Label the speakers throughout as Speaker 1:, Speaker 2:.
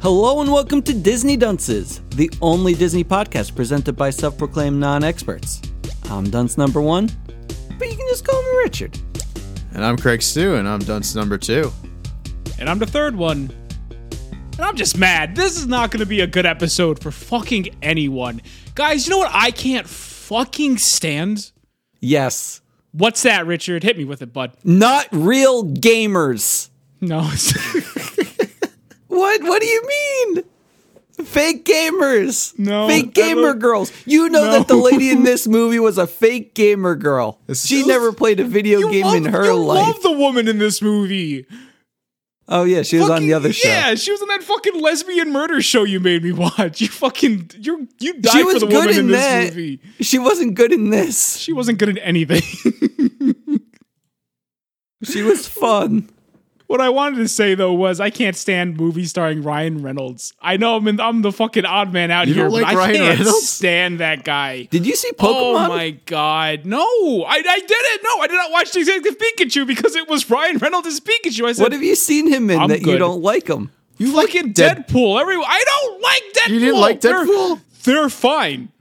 Speaker 1: Hello and welcome to Disney Dunces, the only Disney podcast presented by self proclaimed non experts. I'm dunce number one, but you can just call me Richard.
Speaker 2: And I'm Craig Stu, and I'm dunce number two.
Speaker 3: And I'm the third one. And I'm just mad. This is not going to be a good episode for fucking anyone. Guys, you know what I can't fucking stand?
Speaker 1: Yes,
Speaker 3: What's that, Richard? Hit me with it, bud.
Speaker 1: not real gamers.
Speaker 3: No.
Speaker 1: What? What do you mean? Fake gamers.
Speaker 3: No,
Speaker 1: Fake
Speaker 3: I
Speaker 1: gamer
Speaker 3: don't-
Speaker 1: girls. You know
Speaker 3: No.
Speaker 1: that the lady in this movie was a fake gamer girl.
Speaker 2: This
Speaker 1: she
Speaker 2: is-
Speaker 1: never played a video game in her
Speaker 3: you
Speaker 1: life.
Speaker 3: love the woman in this movie.
Speaker 1: oh, yeah, she was on the other show.
Speaker 3: Yeah, she was on that fucking lesbian murder show you made me watch. You fucking you you died
Speaker 1: She was
Speaker 3: for the
Speaker 1: good
Speaker 3: woman
Speaker 1: in,
Speaker 3: in this
Speaker 1: that.
Speaker 3: movie.
Speaker 1: She wasn't good in this.
Speaker 3: She wasn't good at anything.
Speaker 1: She was fun.
Speaker 3: What I wanted to say though was I can't stand movies starring Ryan Reynolds. I know I'm in, I'm the fucking odd man out
Speaker 2: You
Speaker 3: here,
Speaker 2: don't
Speaker 3: but
Speaker 2: like
Speaker 3: I
Speaker 2: Ryan
Speaker 3: can't
Speaker 2: Reynolds?
Speaker 3: stand that guy.
Speaker 1: Did you see Pokemon?
Speaker 3: Oh my god, no! I, I did it. No, I did not watch Detective Pikachu because it was Ryan Reynolds as Pikachu. I said,
Speaker 1: What have you seen him in
Speaker 3: I'm
Speaker 1: that you
Speaker 3: good.
Speaker 1: don't like him?
Speaker 3: you fucking
Speaker 2: Dead-
Speaker 3: Deadpool? Everyone, I don't like Deadpool.
Speaker 2: You didn't like
Speaker 3: They're-
Speaker 2: Deadpool?
Speaker 3: They're, fine.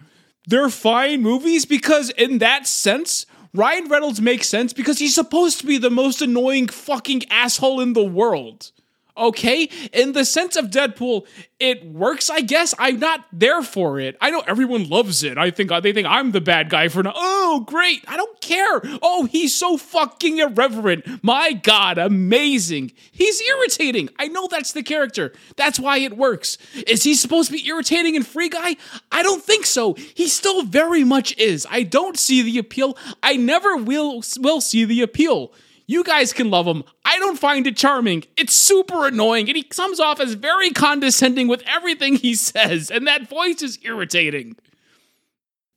Speaker 3: They're fine movies because in that sense. Ryan Reynolds makes sense because he's supposed to be the most annoying fucking asshole in the world. okay? In the sense of Deadpool, it works, I guess. I'm not there for it. I know everyone loves it. I think they think I'm the bad guy for now. Oh, great. I don't care. Oh, he's so fucking irreverent. My God, amazing. He's irritating. I know that's the character. That's why it works. Is he supposed to be irritating and free guy? I don't think so. He still very much is. I don't see the appeal. I never will will see the appeal. You guys can love him. I don't find it charming. It's super annoying, and he comes off as very condescending with everything he says, and that voice is irritating.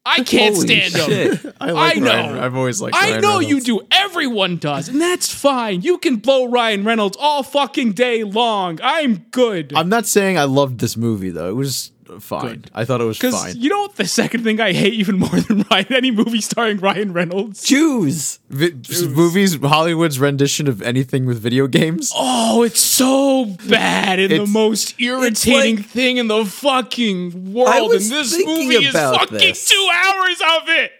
Speaker 3: I can't
Speaker 1: Holy
Speaker 3: stand
Speaker 1: shit.
Speaker 3: him.
Speaker 2: I like
Speaker 3: I know.
Speaker 2: Ryan. I've always liked
Speaker 3: I
Speaker 2: Ryan
Speaker 3: know
Speaker 2: Reynolds.
Speaker 3: you do. Everyone does, and that's fine. You can blow Ryan Reynolds all fucking day long. I'm good.
Speaker 2: I'm not saying I loved this movie, though. It was fine.
Speaker 3: Good.
Speaker 2: I thought it was
Speaker 3: Because
Speaker 2: fine.
Speaker 3: you know what the second thing I hate even more than Ryan any movie starring Ryan Reynolds.
Speaker 1: Jews.
Speaker 2: Vi- just movies, Hollywood's rendition of anything with video games.
Speaker 3: Oh, it's so bad and the
Speaker 2: It's-
Speaker 3: most irritating
Speaker 1: like-
Speaker 3: thing in the fucking world.
Speaker 1: I
Speaker 3: And
Speaker 1: was
Speaker 3: this
Speaker 1: thinking
Speaker 3: movie is
Speaker 1: about
Speaker 3: fucking
Speaker 1: this.
Speaker 3: two hours of it.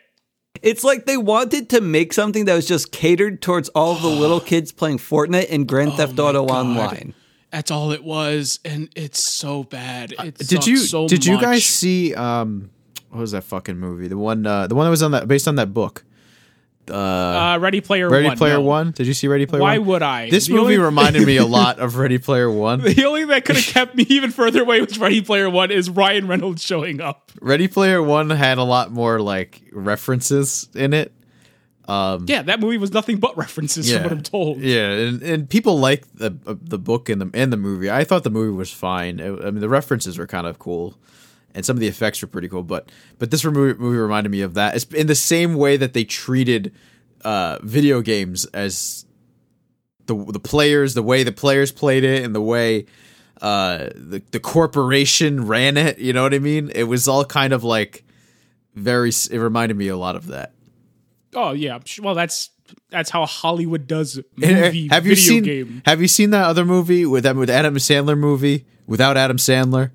Speaker 1: It's like they wanted to make something that was just catered towards all the little kids playing Fortnite and Grand
Speaker 3: Oh
Speaker 1: Theft Auto Online.
Speaker 3: That's all it was, and it's so bad. It
Speaker 2: Uh, did you
Speaker 3: sucks so
Speaker 2: did you guys
Speaker 3: much.
Speaker 2: see um what was that fucking movie? The one uh, the one that was on that based on that book.
Speaker 3: uh, Ready Player
Speaker 2: Ready
Speaker 3: One?
Speaker 2: Player
Speaker 3: no.
Speaker 2: One? Did you see Ready Player
Speaker 3: Why
Speaker 2: One?
Speaker 3: would I?
Speaker 2: This
Speaker 3: The
Speaker 2: movie
Speaker 3: only-
Speaker 2: reminded me a lot of Ready Player One.
Speaker 3: The only thing that could have kept me even further away with Ready Player One is Ryan Reynolds showing up.
Speaker 2: Ready Player One had a lot more like references in it.
Speaker 3: Yeah, that movie was nothing but references from what I'm told.
Speaker 2: Um, Yeah, and, and people like the uh, the book and the and the movie. I thought the movie was fine. I I mean, the references were kind of cool, and some of the effects were pretty cool. But but this movie, movie reminded me of that. It's in the same way that they treated uh, video games as the the players, the way the players played it, and the way uh, the the corporation ran it. You know what I mean? It was all kind of like very. s- It reminded me a lot of that.
Speaker 3: Oh yeah, well that's that's how Hollywood does
Speaker 2: And, uh,
Speaker 3: movie
Speaker 2: have
Speaker 3: video
Speaker 2: you seen
Speaker 3: game.
Speaker 2: Have you seen that other movie with that with Adam Sandler movie without Adam Sandler?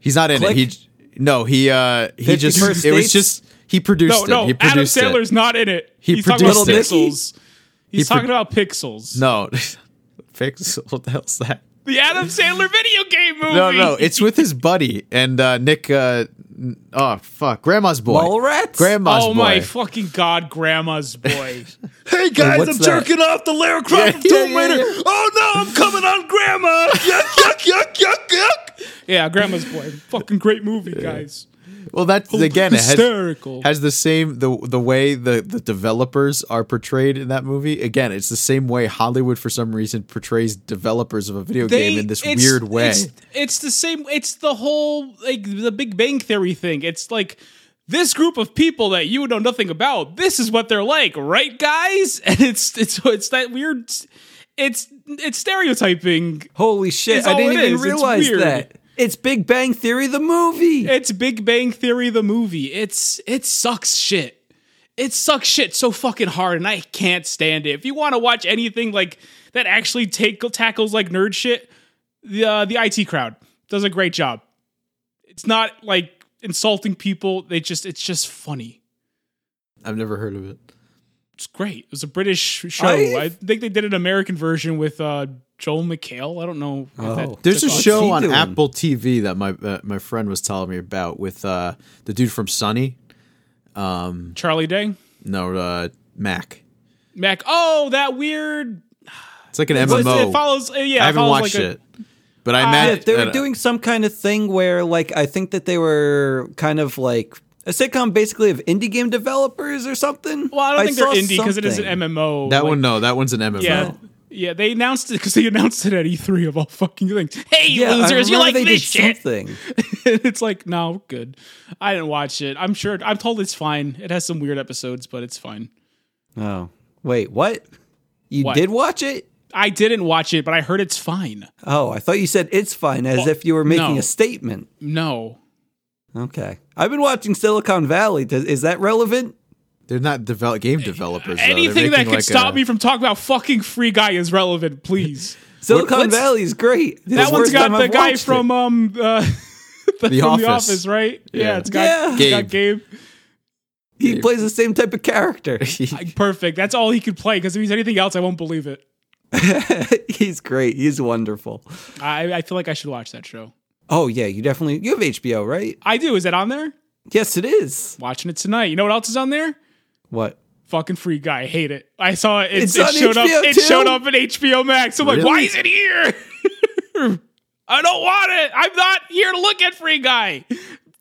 Speaker 2: He's not in
Speaker 1: Click.
Speaker 2: it. He no. He uh he
Speaker 1: Fifty
Speaker 2: just
Speaker 1: First
Speaker 2: it
Speaker 1: Dates?
Speaker 2: was just he produced
Speaker 3: No,
Speaker 2: it.
Speaker 3: no,
Speaker 2: he
Speaker 3: Adam
Speaker 2: produced
Speaker 3: Sandler's not in it.
Speaker 2: He
Speaker 3: He's talking about
Speaker 2: produced
Speaker 1: it.
Speaker 3: pixels. He's
Speaker 2: pro-
Speaker 3: talking about pixels.
Speaker 2: it. No, fix what the hell's that?
Speaker 3: The Adam Sandler video game movie.
Speaker 2: No, no, it's with his buddy and uh, Nick uh, oh fuck, Grandma's boy.
Speaker 1: Mallrats?
Speaker 2: Grandma's
Speaker 3: oh
Speaker 2: boy.
Speaker 3: my fucking god, grandma's boy. hey
Speaker 1: guys, what's I'm that? jerking
Speaker 3: off the Lara
Speaker 2: Croft of Tomb Raider.
Speaker 3: Oh no, I'm coming on grandma. yuck, yuck, yuck, yuck, yuck. Yeah, grandma's boy. Fucking great movie, guys.
Speaker 2: well, that's again it has,
Speaker 3: Oh, hysterical.
Speaker 2: has the same the the way the the developers are portrayed in that movie. Again, it's the same way Hollywood for some reason portrays developers of a video game in this
Speaker 3: it's-
Speaker 2: weird way.
Speaker 3: It's, it's the same. It's the whole like the Big Bang Theory thing. It's like this group of people that you know nothing about. This is what they're like, right, guys? And it's it's it's that weird. It's it's stereotyping.
Speaker 1: Holy shit,
Speaker 3: It's
Speaker 1: I
Speaker 3: all
Speaker 1: didn't
Speaker 3: it
Speaker 1: even
Speaker 3: is. It's
Speaker 1: realize
Speaker 3: weird.
Speaker 1: that. It's Big Bang Theory the movie.
Speaker 3: It's Big Bang Theory the movie. It's it sucks shit. It sucks shit so fucking hard, and I can't stand it. If you want to watch anything like that, actually take, tackles like nerd shit. The uh, the IT crowd does a great job. It's not like insulting people. They just it's just funny.
Speaker 2: I've never heard of it.
Speaker 3: It's great. It was a British show.
Speaker 1: I-
Speaker 3: I, think they did an American version with uh, Joel McHale. I don't know. if
Speaker 1: Oh.
Speaker 2: There's a
Speaker 3: took off.
Speaker 2: show
Speaker 1: he
Speaker 2: on
Speaker 1: doing?
Speaker 2: Apple TV that my uh, my friend was telling me about with uh, the dude from Sunny.
Speaker 3: Charlie Day,
Speaker 2: No, uh, Mac.
Speaker 3: Mac. Oh, that weird.
Speaker 2: It's like an
Speaker 3: It
Speaker 2: MMO.
Speaker 3: follows. uh, Yeah,
Speaker 2: I
Speaker 3: it
Speaker 2: haven't
Speaker 3: follows
Speaker 2: watched
Speaker 3: like a- Ah,
Speaker 2: it, but I
Speaker 1: yeah,
Speaker 2: imagine uh,
Speaker 1: they were doing some kind of thing where, like, I think that they were kind of like a sitcom basically of indie game developers or something.
Speaker 3: Well, I don't think
Speaker 1: saw
Speaker 3: they're indie because it is an
Speaker 1: something.
Speaker 3: MMO.
Speaker 2: that
Speaker 3: like-
Speaker 2: one. No, that one's an MMO.
Speaker 3: Yeah. Yeah, they announced it because they announced it at E3 of all fucking things. Hey, you
Speaker 1: Yeah, I
Speaker 3: losers, you
Speaker 1: remember
Speaker 3: like
Speaker 1: they
Speaker 3: this
Speaker 1: did
Speaker 3: shit?
Speaker 1: something.
Speaker 3: it's like, no, good. I didn't watch it. I'm sure. I'm told it's fine. It has some weird episodes, but it's fine.
Speaker 1: Oh, wait, what? You
Speaker 3: What?
Speaker 1: did watch it?
Speaker 3: I didn't watch it, but I heard it's fine.
Speaker 1: Oh, I thought you said it's fine, as if you were making
Speaker 3: no.
Speaker 1: a statement.
Speaker 3: No,
Speaker 1: Okay, I've been watching Silicon Valley. Does, is that relevant?
Speaker 2: They're not develop game developers. though. They're
Speaker 3: anything that
Speaker 2: making,
Speaker 3: could
Speaker 2: like,
Speaker 3: stop
Speaker 2: a-
Speaker 3: me from talking about fucking Free Guy is relevant, please.
Speaker 1: Silicon
Speaker 2: what's-
Speaker 1: Valley is great. This is
Speaker 3: that one's
Speaker 1: first
Speaker 3: got
Speaker 1: time
Speaker 3: the
Speaker 1: I've
Speaker 3: guy
Speaker 1: watched it.
Speaker 3: from um uh, the, from
Speaker 2: Office.
Speaker 3: the office, right? Yeah,
Speaker 2: Yeah.
Speaker 3: it's got,
Speaker 1: Yeah.
Speaker 3: it's got Gabe.
Speaker 1: He plays the same type of character.
Speaker 3: I- perfect. That's all he could play because if he's anything else, I won't believe it.
Speaker 1: He's great. He's wonderful.
Speaker 3: I, I feel like I should watch that show.
Speaker 1: Oh yeah, you definitely you have HBO, right?
Speaker 3: I do. Is that on there?
Speaker 1: Yes, it is.
Speaker 3: Watching it tonight. You know what else is on there?
Speaker 1: What?
Speaker 3: Fucking free guy. I hate it. I saw it. It,
Speaker 1: It's
Speaker 3: it
Speaker 1: on
Speaker 3: showed
Speaker 1: HBO
Speaker 3: up. It
Speaker 1: too?
Speaker 3: showed up in HBO Max. I'm like,
Speaker 2: Really?
Speaker 3: why is it here? I don't want it. I'm not here to look at free guy.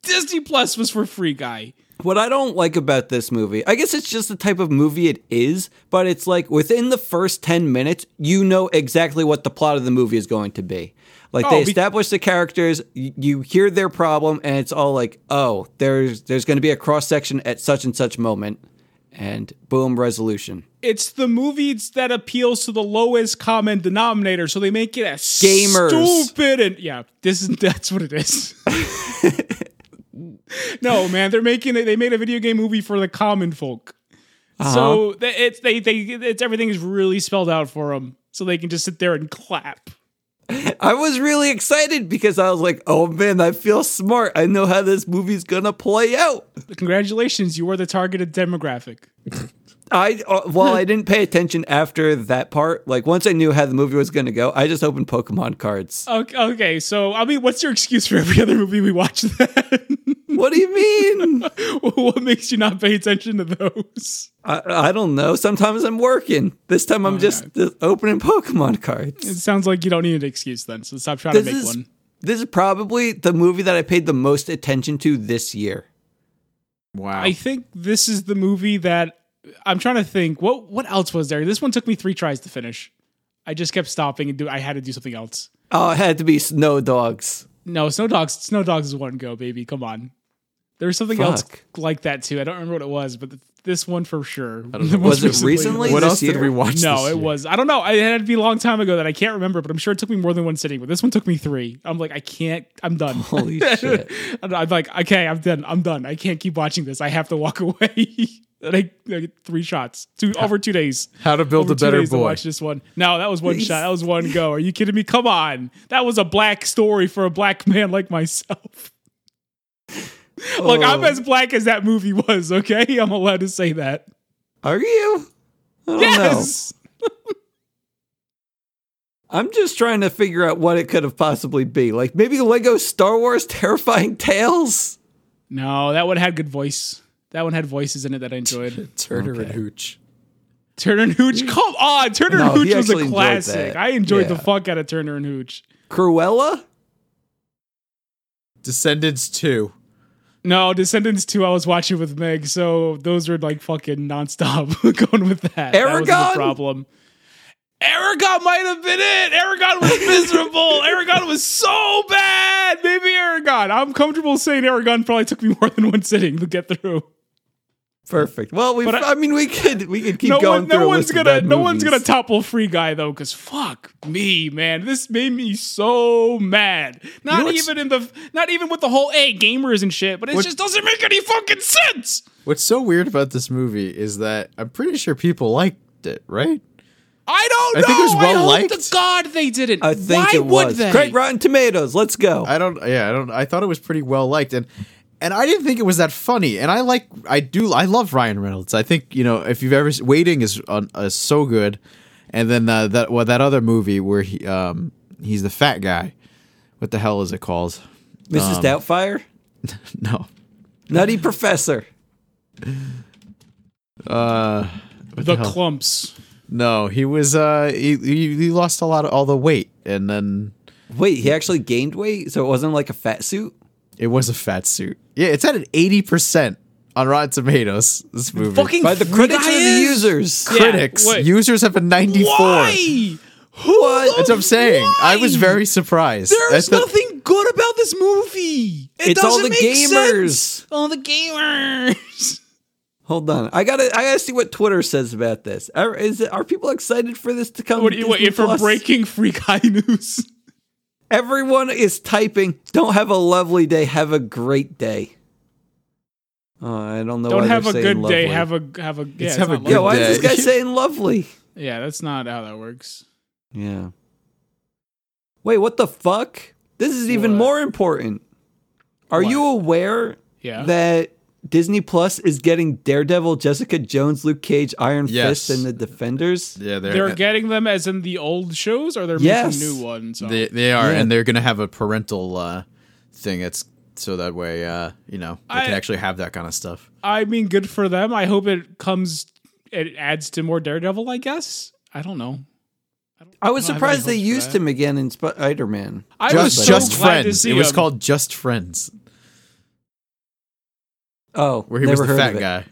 Speaker 3: Disney Plus was for free guy.
Speaker 1: What I don't like about this movie, I guess it's just the type of movie it is, but it's like within the first 10 minutes, you know exactly what the plot of the movie is going to be. Like they
Speaker 3: Oh, be-
Speaker 1: establish the characters, y- you hear their problem and it's all like, "Oh, there's there's going to be a cross section at such and such moment." And boom, resolution.
Speaker 3: It's the movies that appeals to the lowest common denominator, so they make it as
Speaker 1: Gamers.
Speaker 3: stupid and yeah, this is that's what it is. no, man, they're making it. They made a video game movie for the common folk, so th- it's they they it's everything is really spelled out for them, so they can just sit there and clap.
Speaker 1: I was really excited because I was like, "Oh man, I feel smart. I know how this movie's going to play out."
Speaker 3: Congratulations, you are the targeted demographic.
Speaker 1: I uh, well, I didn't pay attention after that part. Like once I knew how the movie was going to go, I just opened Pokemon cards.
Speaker 3: Okay, okay, so I mean, what's your excuse for every other movie we watch? Then
Speaker 1: What do you mean?
Speaker 3: what makes you not pay attention to those?
Speaker 1: I, I don't know. Sometimes I'm working. This time
Speaker 3: Oh,
Speaker 1: I'm just, just opening Pokemon
Speaker 3: It
Speaker 1: cards.
Speaker 3: sounds like you don't need an excuse then, so stop trying
Speaker 1: This
Speaker 3: to make
Speaker 1: is
Speaker 3: one.
Speaker 1: this is probably the movie that I paid the most attention to this year.
Speaker 2: Wow.
Speaker 3: I think this is the movie that I'm trying to think. What what else was there? This one took me three tries to finish. I just kept stopping and do. I had to do something else.
Speaker 1: Oh, it had to be Snow Dogs.
Speaker 3: No, Snow Dogs. Snow Dogs is one go, baby. Come on. There was something else
Speaker 1: Fuck.
Speaker 3: like that too. I don't remember what it was, but th- this one for sure.
Speaker 1: Was it recently?
Speaker 2: what
Speaker 1: this
Speaker 2: else did
Speaker 1: year?
Speaker 2: we watch?
Speaker 3: No,
Speaker 2: this
Speaker 3: it
Speaker 2: year?
Speaker 3: was. I don't know. It had to be a long time ago that I can't remember, but I'm sure it took me more than one sitting. But this one took me three. I'm like, I can't. I'm done.
Speaker 1: Holy shit!
Speaker 3: And I'm like, okay, I'm done. I'm done. I can't keep watching this. I have to walk away. and I, I get three shots, two over two days.
Speaker 2: How to Build
Speaker 3: Over
Speaker 2: a
Speaker 3: two
Speaker 2: Better
Speaker 3: days to
Speaker 2: Boy.
Speaker 3: watch this one. No, that was one shot. That was one go. Are you kidding me? Come on. That was a black story for a black man like myself. Look, I'm
Speaker 1: Oh.
Speaker 3: as black as that movie was. Okay, I'm allowed to say that.
Speaker 1: Are you? I don't know.
Speaker 3: Yes.
Speaker 1: I'm just trying to figure out what it could have possibly be. Like maybe Lego Star Wars Terrifying Tales.
Speaker 3: No, that one had good voice. That one had voices in it that I enjoyed.
Speaker 2: Turner and Hooch.
Speaker 3: Turner and Hooch, come on! Turner
Speaker 1: No,
Speaker 3: and
Speaker 1: he
Speaker 3: Hooch was
Speaker 1: actually
Speaker 3: a
Speaker 1: enjoyed
Speaker 3: classic.
Speaker 1: that.
Speaker 3: I enjoyed the
Speaker 2: Yeah.
Speaker 3: fuck out of Turner and Hooch.
Speaker 1: Cruella?
Speaker 2: Descendants two.
Speaker 3: No, Descendants 2 I was watching with Meg, so those were like fucking nonstop going with that. That was the
Speaker 1: Aragon?
Speaker 3: problem. Aragon might have been it. Aragon was miserable. Aragon was so bad. Maybe Aragon. I'm comfortable saying Aragon probably took me more than one sitting to get through.
Speaker 1: Perfect. Well, we.
Speaker 3: I-
Speaker 1: I, mean, we could we could keep
Speaker 3: no
Speaker 1: going
Speaker 3: one,
Speaker 1: through.
Speaker 3: no
Speaker 1: a
Speaker 3: one's
Speaker 1: list of
Speaker 3: gonna
Speaker 1: bad
Speaker 3: no one's gonna
Speaker 1: movies.
Speaker 3: topple Free Guy though, because fuck me, man, this made me so mad. Not
Speaker 2: know what's-
Speaker 3: even in the not even with the whole a gamers and shit, but it
Speaker 2: What-
Speaker 3: just doesn't make any fucking sense.
Speaker 2: What's so weird about this movie is that I'm pretty sure people liked it, right?
Speaker 3: I don't
Speaker 2: I
Speaker 3: know.
Speaker 2: think it was well
Speaker 3: I hope
Speaker 2: liked.
Speaker 3: to God they didn't.
Speaker 1: I think
Speaker 3: Why
Speaker 1: it
Speaker 3: would
Speaker 1: was.
Speaker 3: they?
Speaker 1: Craig Rotten Tomatoes. Let's go.
Speaker 2: I don't. Yeah, I don't. I thought it was pretty well liked, and and I didn't think it was that funny. And I like, I do, I love Ryan Reynolds. I think you know, if you've ever waiting is on is so good, and then uh, that well that other movie where he um he's the fat guy. What the hell is it called?
Speaker 1: Mrs.
Speaker 3: um,
Speaker 1: Doubtfire,
Speaker 2: No,
Speaker 1: Nutty Professor.
Speaker 3: the clumps.
Speaker 2: no, he was uh he he, he lost a lot of all the weight, and then
Speaker 1: Wait, he actually gained weight, so it wasn't like a fat suit.
Speaker 2: it was a fat suit. Yeah, it's at an eighty percent on Rotten Tomatoes. This movie.
Speaker 3: Fucking
Speaker 1: By the
Speaker 3: Free
Speaker 1: critics
Speaker 3: Guy
Speaker 1: or the
Speaker 3: is-
Speaker 1: users?
Speaker 3: Yeah,
Speaker 2: critics.
Speaker 3: wait.
Speaker 2: users have a 94.
Speaker 3: Why? Who?
Speaker 1: What?
Speaker 2: That's what I'm saying. I was
Speaker 3: Why?
Speaker 2: very surprised.
Speaker 3: There's
Speaker 2: That's the-
Speaker 3: nothing good about this movie. It
Speaker 1: It's all
Speaker 3: doesn't
Speaker 1: the
Speaker 3: make
Speaker 1: gamers.
Speaker 3: sense. All the gamers.
Speaker 1: Hold on, I gotta I gotta see what Twitter says about this. Are is it, are people excited for this to come?
Speaker 3: What,
Speaker 1: to
Speaker 3: what
Speaker 1: Disney
Speaker 3: if we're
Speaker 1: Plus?
Speaker 3: breaking free guy news?
Speaker 1: Everyone is typing. Don't have a lovely day. Have a great day. Oh, I don't know.
Speaker 3: Don't
Speaker 1: why
Speaker 3: have a
Speaker 1: they're
Speaker 3: good
Speaker 1: saying lovely.
Speaker 3: day. Have a have a yeah.
Speaker 2: have a
Speaker 3: not
Speaker 1: yeah.
Speaker 2: good
Speaker 3: like-
Speaker 1: Why is
Speaker 2: day.
Speaker 1: this guy saying lovely?
Speaker 3: yeah. That's not how that works.
Speaker 1: Yeah. Wait, what the fuck? This is even
Speaker 3: What?
Speaker 1: more important. Are you aware
Speaker 3: Yeah.
Speaker 1: that Disney Plus is getting Daredevil, Jessica Jones, Luke Cage, Iron
Speaker 2: Yes.
Speaker 1: Fist, and the Defenders?
Speaker 2: yeah, they're,
Speaker 3: They're getting them as in the old shows, or they're
Speaker 1: Yes.
Speaker 3: making new ones. Oh.
Speaker 2: they, they are,
Speaker 1: Yeah.
Speaker 2: and they're going to have a parental uh, thing. That's so that way, uh, you know, they
Speaker 3: I-
Speaker 2: can actually have that kind of stuff.
Speaker 3: I mean, good for them. I hope it comes. It adds to more Daredevil, I guess. I don't know.
Speaker 1: I was
Speaker 3: don't have any
Speaker 1: surprised they
Speaker 3: hopes for
Speaker 1: used
Speaker 3: that.
Speaker 1: him again in Spider Man.
Speaker 3: I
Speaker 2: just
Speaker 3: was so
Speaker 2: just
Speaker 3: glad to
Speaker 2: friends.
Speaker 3: see
Speaker 2: It was
Speaker 3: him.
Speaker 2: called Just Friends,
Speaker 1: Oh,
Speaker 2: where he
Speaker 1: never
Speaker 2: was the
Speaker 1: heard
Speaker 2: fat
Speaker 1: of it.
Speaker 2: guy.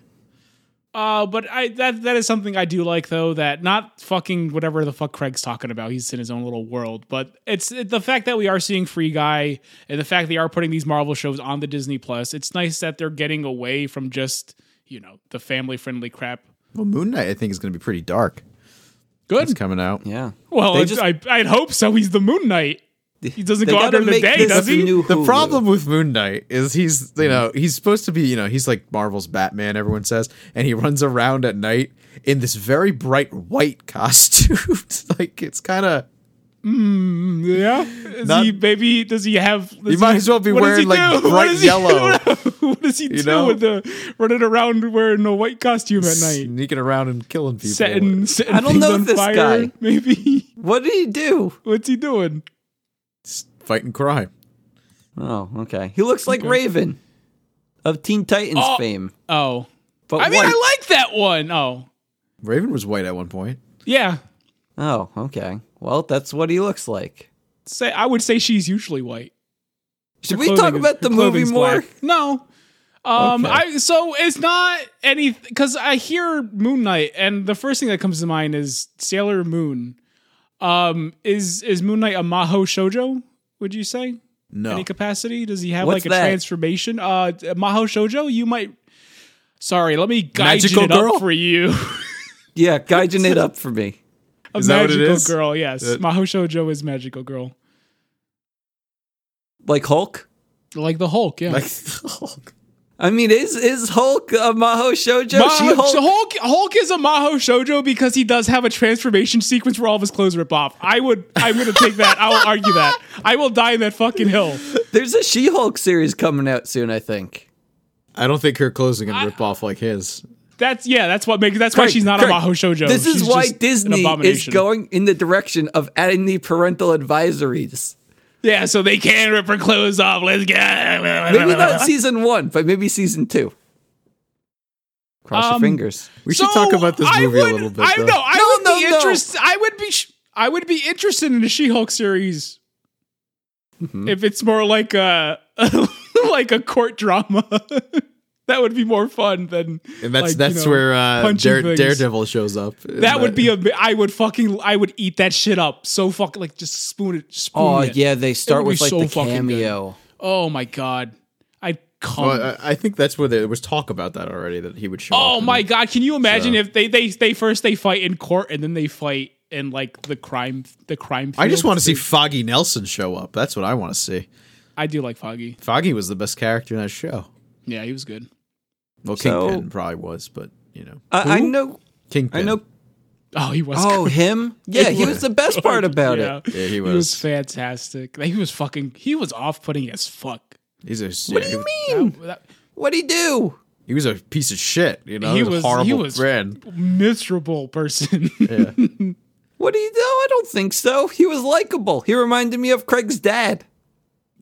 Speaker 3: Uh, but I that that is something I do like though. That not fucking whatever the fuck Craig's talking about. He's in his own little world. But it's it, the fact that we are seeing Free Guy and the fact they are putting these Marvel shows on the Disney Plus. It's nice that they're getting away from just you know the family friendly crap.
Speaker 2: Well, Moon Knight, I think, is going to be pretty dark. It's
Speaker 3: Good.
Speaker 2: coming out.
Speaker 1: Yeah.
Speaker 3: Well,
Speaker 1: They
Speaker 3: it's-
Speaker 1: just-
Speaker 3: I I'd hope so. He's the Moon Knight. He doesn't
Speaker 1: They
Speaker 3: go out
Speaker 1: gotta
Speaker 3: during the
Speaker 1: make
Speaker 3: day,
Speaker 1: this
Speaker 3: does
Speaker 1: the
Speaker 3: he?
Speaker 1: new
Speaker 2: The
Speaker 1: Hulu.
Speaker 2: problem with Moon Knight is he's you know he's supposed to be you know he's like Marvel's Batman everyone says and he runs around at night in this very bright white costume like it's kind of
Speaker 3: Yeah. Is
Speaker 2: Not-
Speaker 3: he maybe does he have does
Speaker 2: might as well be
Speaker 3: what does he
Speaker 2: wearing, like,
Speaker 3: do? What
Speaker 2: bright
Speaker 3: does he-
Speaker 2: yellow.
Speaker 3: what does he do
Speaker 2: know?
Speaker 3: with the running around wearing a white costume at night?
Speaker 2: sneaking around and killing people.
Speaker 3: Setting, setting
Speaker 1: I don't
Speaker 3: things
Speaker 1: know
Speaker 3: on
Speaker 1: this
Speaker 3: fire,
Speaker 1: guy.
Speaker 3: Maybe
Speaker 1: What did he do?
Speaker 3: what's he doing?
Speaker 2: fighting crime.
Speaker 1: Oh, okay. He looks like Raven of Teen Titans
Speaker 3: Oh.
Speaker 1: fame.
Speaker 3: Oh.
Speaker 1: But
Speaker 3: I mean
Speaker 1: white.
Speaker 3: I like that one. Oh.
Speaker 2: Raven was white at one point.
Speaker 3: Yeah.
Speaker 1: Oh, okay. Well, that's what he looks like.
Speaker 3: Say I would say she's usually white.
Speaker 1: Should
Speaker 3: Her
Speaker 1: we talk
Speaker 3: clothing-
Speaker 1: about the
Speaker 3: her
Speaker 1: movie
Speaker 3: clothing's
Speaker 1: more?
Speaker 3: black. No. Um,
Speaker 1: Okay.
Speaker 3: I so it's not any because I hear Moon Knight, and the first thing that comes to mind is Sailor Moon. Um, is is Moon Knight a maho shojo? Would you say
Speaker 2: No,
Speaker 3: any capacity? Does he have
Speaker 1: What's
Speaker 3: like a
Speaker 1: that?
Speaker 3: transformation? Uh, maho shojo. You might. Sorry, let me guide
Speaker 2: Magical
Speaker 3: you it
Speaker 2: girl?
Speaker 3: up for you.
Speaker 1: Yeah, gaijin it up for me.
Speaker 3: a
Speaker 2: Is that what
Speaker 3: magical
Speaker 2: it is?
Speaker 3: girl. Yes,
Speaker 2: Uh,
Speaker 3: maho shojo is magical girl,
Speaker 1: Like Hulk?
Speaker 3: like the Hulk. Yeah,
Speaker 2: like
Speaker 1: I mean, is is Hulk a Maho Shoujo?
Speaker 3: Maho-
Speaker 1: she Hulk?
Speaker 3: so Hulk Hulk is a Maho Shoujo because he does have a transformation sequence where all of his clothes rip off. I would I'm gonna take that. I will argue that. I will die in that fucking hill.
Speaker 1: There's a She Hulk series coming out soon, I think.
Speaker 2: I don't think her clothes are gonna rip off like his.
Speaker 3: That's yeah, that's what makes that's why
Speaker 1: Craig,
Speaker 3: she's not
Speaker 1: Craig,
Speaker 3: a Maho Shoujo.
Speaker 1: This is
Speaker 3: She's
Speaker 1: why
Speaker 3: just an
Speaker 1: Disney is
Speaker 3: abomination.
Speaker 1: going in the direction of adding the parental advisories.
Speaker 3: Yeah, so they can rip her clothes off. Let's get
Speaker 1: Maybe not season one, but maybe season two. Cross your
Speaker 3: Um,
Speaker 1: fingers.
Speaker 2: We should talk about this
Speaker 3: I
Speaker 2: movie
Speaker 3: would-
Speaker 2: a little bit.
Speaker 3: I
Speaker 2: though.
Speaker 3: know. I
Speaker 1: No,
Speaker 3: would be
Speaker 1: no, no.
Speaker 3: interested. I would be. sh- I would be interested in the She-Hulk series
Speaker 2: Mm-hmm.
Speaker 3: if it's more like a like a court drama. that would be more fun than.
Speaker 2: And that's
Speaker 3: like, you
Speaker 2: that's
Speaker 3: know,
Speaker 2: where uh,
Speaker 3: punching
Speaker 2: Dare,
Speaker 3: things.
Speaker 2: Daredevil shows up.
Speaker 3: That would be a. I would fucking. I would eat that shit up. So fuck. Like just spoon it. Spoon
Speaker 1: Oh
Speaker 3: it.
Speaker 1: yeah, they start
Speaker 3: It would
Speaker 1: with
Speaker 3: be
Speaker 1: like
Speaker 3: so
Speaker 1: the
Speaker 3: fucking
Speaker 1: cameo.
Speaker 3: Oh my god. I'd come.
Speaker 2: Well, I I think that's where there was talk about that already that he would show up.
Speaker 3: Oh
Speaker 2: and-
Speaker 3: my god, can you imagine if they they they first they fight in court and then they fight in like the crime the crime
Speaker 2: I just
Speaker 3: field?
Speaker 2: want to see Foggy Nelson show up. That's what I want to see.
Speaker 3: I do like Foggy.
Speaker 2: Foggy was the best character in that show.
Speaker 3: Yeah, he was good.
Speaker 2: Well,
Speaker 1: So- Uh,
Speaker 2: Kingpin probably was, but you know,
Speaker 1: I, I know.
Speaker 2: Kingpin.
Speaker 1: I know.
Speaker 3: Oh, he was
Speaker 1: Oh,
Speaker 3: good.
Speaker 1: him. Yeah, he was the best part about
Speaker 3: yeah.
Speaker 1: it.
Speaker 2: Yeah, he
Speaker 3: He was.
Speaker 2: was.
Speaker 3: fantastic. Like, he was fucking he was off-putting as fuck.
Speaker 2: He's a.
Speaker 1: What do
Speaker 2: yeah,
Speaker 1: you
Speaker 2: he,
Speaker 1: mean?
Speaker 3: That-
Speaker 1: What would he do?
Speaker 2: he was a piece of shit. You know,
Speaker 3: he
Speaker 2: he, was,
Speaker 3: was
Speaker 2: a horrible
Speaker 3: he was
Speaker 2: friend.
Speaker 3: miserable person.
Speaker 1: What do you do? I don't think so. He was likable. He reminded me of Craig's dad.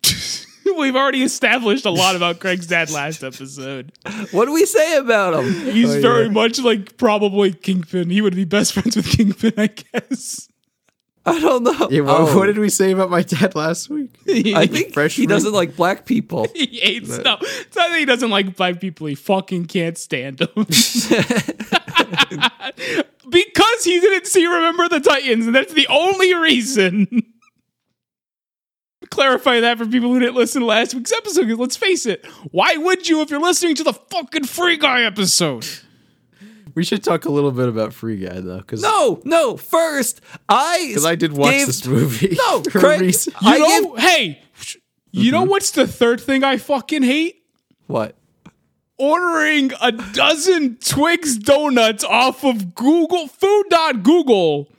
Speaker 3: We've already established a lot about Craig's dad last episode.
Speaker 1: What do we say about him?
Speaker 3: He's very much like probably Kingpin. He would be best friends with Kingpin, I guess.
Speaker 1: I don't know.
Speaker 2: Yeah, what,
Speaker 1: Oh,
Speaker 2: what did we say about my dad last week?
Speaker 1: I think he
Speaker 2: freshman?
Speaker 1: doesn't like black people.
Speaker 3: He hates no. It's not that he doesn't like black people. He fucking can't stand them because he didn't see Remember the Titans, and that's the only reason. Clarify that for people who didn't listen to last week's episode. 'cause let's face it, why would you if you're listening to the fucking Free Guy episode?
Speaker 2: We should talk a little bit about Free Guy though, because
Speaker 1: No, no. First, I
Speaker 2: I did watch
Speaker 1: gave-
Speaker 2: this movie.
Speaker 1: No,
Speaker 2: for a
Speaker 1: Craig.
Speaker 2: reason.
Speaker 3: You
Speaker 1: I
Speaker 3: know,
Speaker 1: gave
Speaker 3: hey, you know what's the third thing I fucking hate?
Speaker 1: what?
Speaker 3: ordering a dozen Twix donuts off of Google food.google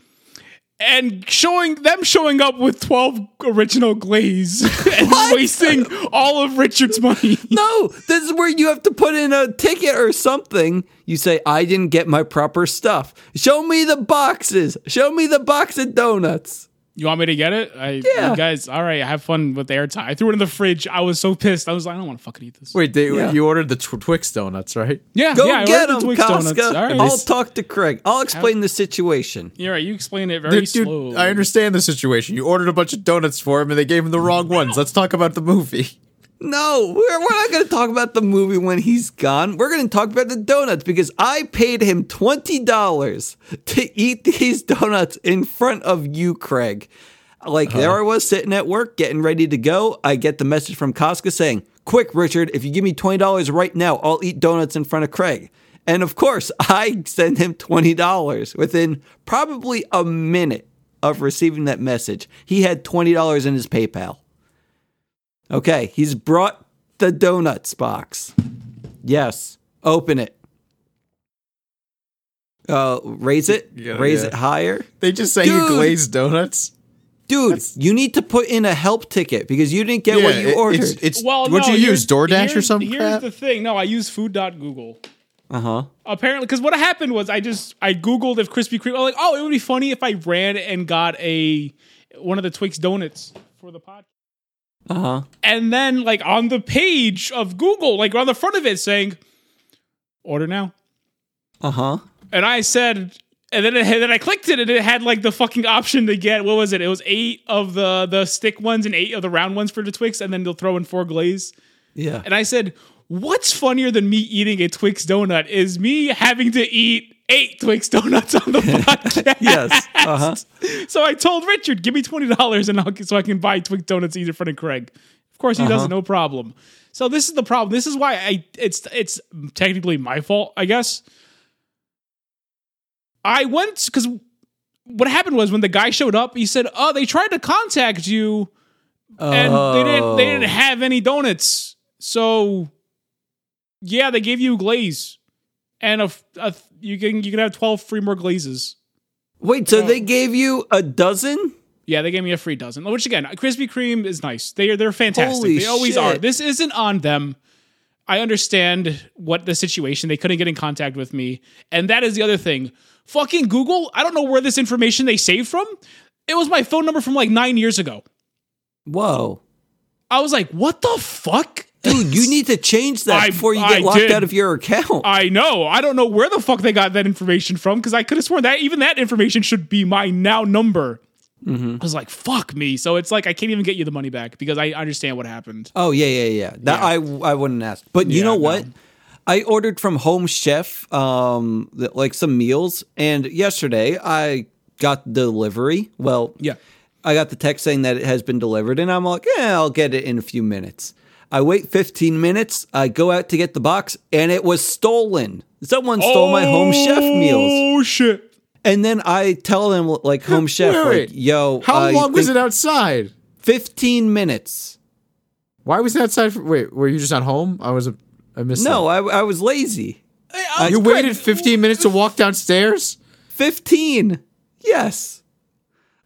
Speaker 3: and showing them showing up with 12 original glaze and
Speaker 1: What?
Speaker 3: wasting all of Richard's money.
Speaker 1: No, this is where you have to put in a ticket or something. You say, I didn't get my proper stuff. Show me the boxes. Show me the box of donuts.
Speaker 3: You want me to get it? I,
Speaker 1: Yeah.
Speaker 3: You guys, all right, have fun with the airtime. I threw it in the fridge. I was so pissed. I was like, I don't want to fucking eat this.
Speaker 2: Wait, they,
Speaker 1: Yeah.
Speaker 2: you ordered the tw- Twix donuts, right?
Speaker 3: yeah,
Speaker 1: Go
Speaker 3: yeah, I
Speaker 1: get
Speaker 3: ordered
Speaker 1: them,
Speaker 3: the Twix donuts.
Speaker 1: Costco.
Speaker 3: All right.
Speaker 1: I'll talk to Craig. I'll explain the situation.
Speaker 3: You're right. You explain it very
Speaker 2: Dude, dude,
Speaker 3: slow.
Speaker 2: I understand the situation. You ordered a bunch of donuts for him, and they gave him the wrong ones. Let's talk about the movie.
Speaker 1: No, we're, we're not going to talk about the movie when he's gone. We're going to talk about the donuts because I paid him $20 to eat these donuts in front of you, Craig. Like, there I was sitting at work getting ready to go. I get the message from Costco saying, Quick, Richard, if you give me $20 right now, I'll eat donuts in front of Craig. And of course, I send him $20 within probably a minute of receiving that message. He had $20 in his PayPal. Okay, he's brought the donuts box. Yes, open it. Uh, raise it,
Speaker 2: Yeah,
Speaker 1: raise
Speaker 2: yeah.
Speaker 1: it higher,
Speaker 2: They just say you
Speaker 1: Dude.
Speaker 2: glazed donuts.
Speaker 1: dude. you need to put in a help ticket because you didn't get what you
Speaker 2: it-
Speaker 1: ordered.
Speaker 2: It's, it's
Speaker 3: well,
Speaker 2: what'd
Speaker 3: no,
Speaker 2: you
Speaker 3: here's-
Speaker 2: use? DoorDash or
Speaker 3: here's-
Speaker 2: some
Speaker 3: Here's
Speaker 2: crap?
Speaker 3: the thing. No, I use food.google.
Speaker 1: uh huh.
Speaker 3: apparently because what happened was i just i googled if krispy kreme I'm like oh it would be funny if i ran and got a one of the twix donuts for the podcast
Speaker 1: Uh huh.
Speaker 3: and then like on the page of google like on the front of it saying order now
Speaker 1: Uh huh.
Speaker 3: and i said and then, it, and then I clicked it, and it had like the fucking option to get what was it? It was eight of the the stick ones and eight of the round ones for the Twix, and then they'll throw in four glaze.
Speaker 1: Yeah.
Speaker 3: And I said, What's funnier than me eating a Twix donut is me having to eat eight Twix donuts on the podcast.
Speaker 1: Yes. Uh huh.
Speaker 3: So I told Richard, give me $20 and I'll, so I can buy Twix donuts either front of Craig. Of course he doesn't, no problem. So this is the problem. This is why I it's it's technically my fault, I guess. I went because what happened was when the guy showed up, he said, "Oh, they tried to contact you, and
Speaker 1: Oh.
Speaker 3: they didn't they didn't have any donuts. So yeah, they gave you glaze, and a, f- a th- you can you can have twelve free more glazes.
Speaker 1: Wait, so they gave you a dozen?
Speaker 3: Yeah, they gave me a free dozen. Which again, Krispy Kreme is nice. They are they're fantastic.
Speaker 1: Holy
Speaker 3: they always
Speaker 1: shit.
Speaker 3: are. This isn't on them. I understand what the situation. They couldn't get in contact with me, and that is the other thing. Fucking Google. I don't know where this information they saved from. It was my phone number from like nine years ago.
Speaker 1: Whoa.
Speaker 3: I was like, what the fuck?
Speaker 1: Dude, you need to change that
Speaker 3: I-
Speaker 1: before you
Speaker 3: I
Speaker 1: get locked
Speaker 3: did.
Speaker 1: out of your account.
Speaker 3: I know. I don't know where the fuck they got that information from because I could have sworn that even that information should be my now number.
Speaker 1: Mm-hmm.
Speaker 3: I was like, fuck me. So it's like, I can't even get you the money back because I understand what happened.
Speaker 1: Oh yeah, yeah, yeah. That I I wouldn't ask. But you
Speaker 3: Yeah,
Speaker 1: know
Speaker 3: no.
Speaker 1: what? I ordered from Home Chef um th- like some meals and yesterday I got the delivery. Well,
Speaker 3: Yeah.
Speaker 1: I got the text saying that it has been delivered and I'm like, "Yeah, I'll get it in a few minutes." I wait 15 minutes, I go out to get the box and it was stolen. Someone stole my Home Chef meals.
Speaker 3: Oh, shit.
Speaker 1: And then I tell them like Home Chef
Speaker 2: Wait, wait.
Speaker 1: like, "Yo,
Speaker 2: How
Speaker 1: I
Speaker 2: long was
Speaker 1: think
Speaker 2: it outside?
Speaker 1: 15 minutes."
Speaker 2: Why was it outside? For, wait, were you just not home? I was. I missed.
Speaker 1: No,
Speaker 2: that.
Speaker 1: I, I was lazy. I-
Speaker 2: you
Speaker 1: Greg,
Speaker 2: waited 15 minutes to walk downstairs.
Speaker 1: 15. Yes.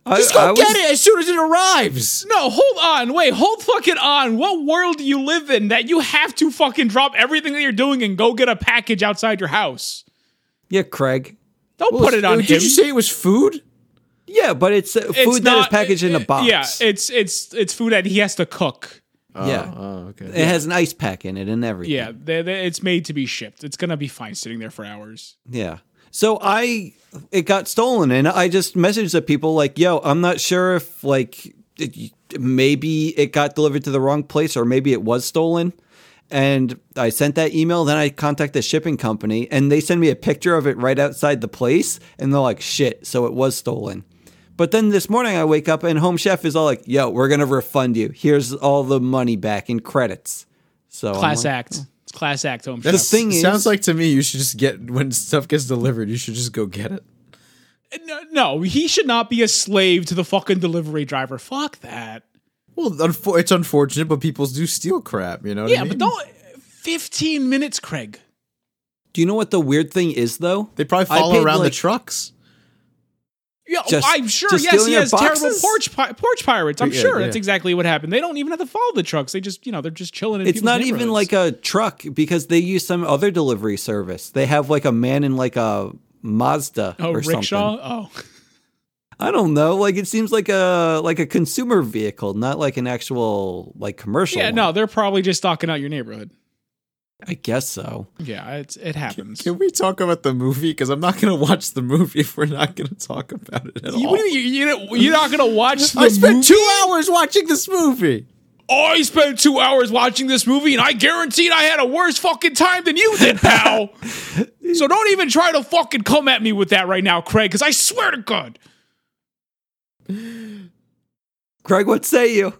Speaker 1: I,
Speaker 2: Just go
Speaker 1: I was-
Speaker 2: get it as soon as it arrives.
Speaker 3: No, hold on. Wait, hold fucking on. What world do you live in that you have to fucking drop everything that you're doing and go get a package outside your house?
Speaker 1: Yeah, Craig.
Speaker 3: Don't put it on
Speaker 2: Did
Speaker 3: him.
Speaker 2: you say it was food?
Speaker 1: Yeah, but it's uh,
Speaker 3: It's
Speaker 1: food that is
Speaker 3: not-
Speaker 1: packaged in a box.
Speaker 3: Yeah, it's it's it's food that he has to cook.
Speaker 1: Yeah.
Speaker 2: Oh, okay.
Speaker 1: it has an ice pack in it and everything.
Speaker 3: Yeah, they- they- it's made to be shipped. It's gonna be fine sitting there for hours.
Speaker 1: Yeah. So I it got stolen and I just messaged the people like, "Yo, I'm not sure if like it, maybe it got delivered to the wrong place or maybe it was stolen." And I sent that email, then I contacted the shipping company and they send me a picture of it right outside the place and they're like, "Shit, so it was stolen." But then this morning I wake up and Home Chef is all like, "Yo, we're going to refund you. Here's all the money back in credits." So I'm
Speaker 3: Class
Speaker 1: like,
Speaker 3: act. It's class act home.
Speaker 1: The
Speaker 3: Chef.
Speaker 1: thing is
Speaker 2: sounds like to me you should just get when stuff gets delivered, you should just go get it.
Speaker 3: No, no, he should not be a slave to the fucking delivery driver. Fuck that.
Speaker 2: Well, unfor- it's unfortunate, but people do steal crap. You know? what I
Speaker 3: Yeah, but
Speaker 2: mean?
Speaker 3: don't. Fifteen minutes, Craig.
Speaker 1: Do you know what the weird thing is though?
Speaker 2: They probably
Speaker 1: I
Speaker 2: follow
Speaker 1: paid,
Speaker 2: around
Speaker 1: like-
Speaker 2: the trucks.
Speaker 3: Yeah, oh,
Speaker 1: Just-
Speaker 3: I'm sure.
Speaker 1: just
Speaker 3: Yes, he
Speaker 1: stealing
Speaker 3: has
Speaker 1: your
Speaker 3: terrible
Speaker 1: boxes?
Speaker 3: porch pi- porch pirates. I'm
Speaker 2: Yeah,
Speaker 3: sure
Speaker 2: yeah.
Speaker 3: that's exactly what happened. They don't even have to follow the trucks. They just, you know, they're just chilling. In
Speaker 1: it's
Speaker 3: people's
Speaker 1: not even
Speaker 3: neighborhoods.
Speaker 1: like a truck because they use some other delivery service. They have like a man in like a Mazda
Speaker 3: oh
Speaker 1: or
Speaker 3: rickshaw.
Speaker 1: something.
Speaker 3: Oh,
Speaker 1: I don't know. Like it seems like a like a consumer vehicle, not like an actual like commercial.
Speaker 3: yeah.
Speaker 1: one.
Speaker 3: No, they're probably just stalking out your neighborhood.
Speaker 1: I guess so.
Speaker 3: Yeah, it's, it happens.
Speaker 2: Can we talk about the movie? Because I'm not going to watch the movie if we're not going to talk about it at
Speaker 3: You,
Speaker 2: all.
Speaker 3: what do you, you, don't- you're not gonna watch. The
Speaker 2: I spent
Speaker 3: movie?
Speaker 2: two hours watching this movie.
Speaker 3: I spent two hours watching this movie, and I guaranteed I had a worse fucking time than you did, pal. so don't even try to fucking come at me with that right now, Craig, because I swear to God.
Speaker 1: Greg, what say you?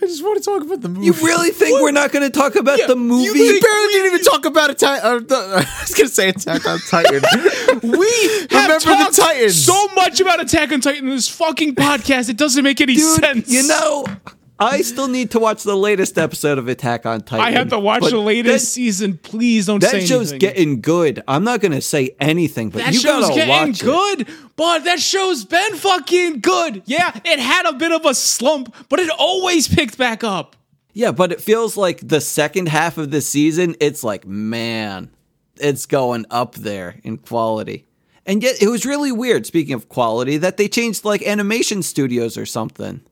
Speaker 2: I just want to talk about the movie.
Speaker 1: You really think we're not going to talk about the
Speaker 2: You
Speaker 1: movie?
Speaker 2: barely didn't even talk about Attack. Uh, the, I was gonna say Attack on Titan.
Speaker 3: We have
Speaker 2: Remember the
Speaker 3: talked
Speaker 2: Titans.
Speaker 3: so much about Attack on Titan in this fucking podcast, it doesn't make any
Speaker 1: Dude,
Speaker 3: sense.
Speaker 1: you know, I still need to watch the latest episode of Attack on Titan.
Speaker 3: I have to watch
Speaker 1: but
Speaker 3: the latest
Speaker 1: that-
Speaker 3: season. Please don't
Speaker 1: That,
Speaker 3: say
Speaker 1: show's
Speaker 3: anything.
Speaker 1: getting good. I'm not going to say anything, but
Speaker 3: that
Speaker 1: you
Speaker 3: show's
Speaker 1: gotta
Speaker 3: getting
Speaker 1: watch it.
Speaker 3: good, but that show's been fucking good. Yeah, it had a bit of a slump, but it always picked back up.
Speaker 1: Yeah, but it feels like the second half of the season, it's like, man, it's going up there in quality. And yet it was really weird, speaking of quality, that they changed like animation studios or something.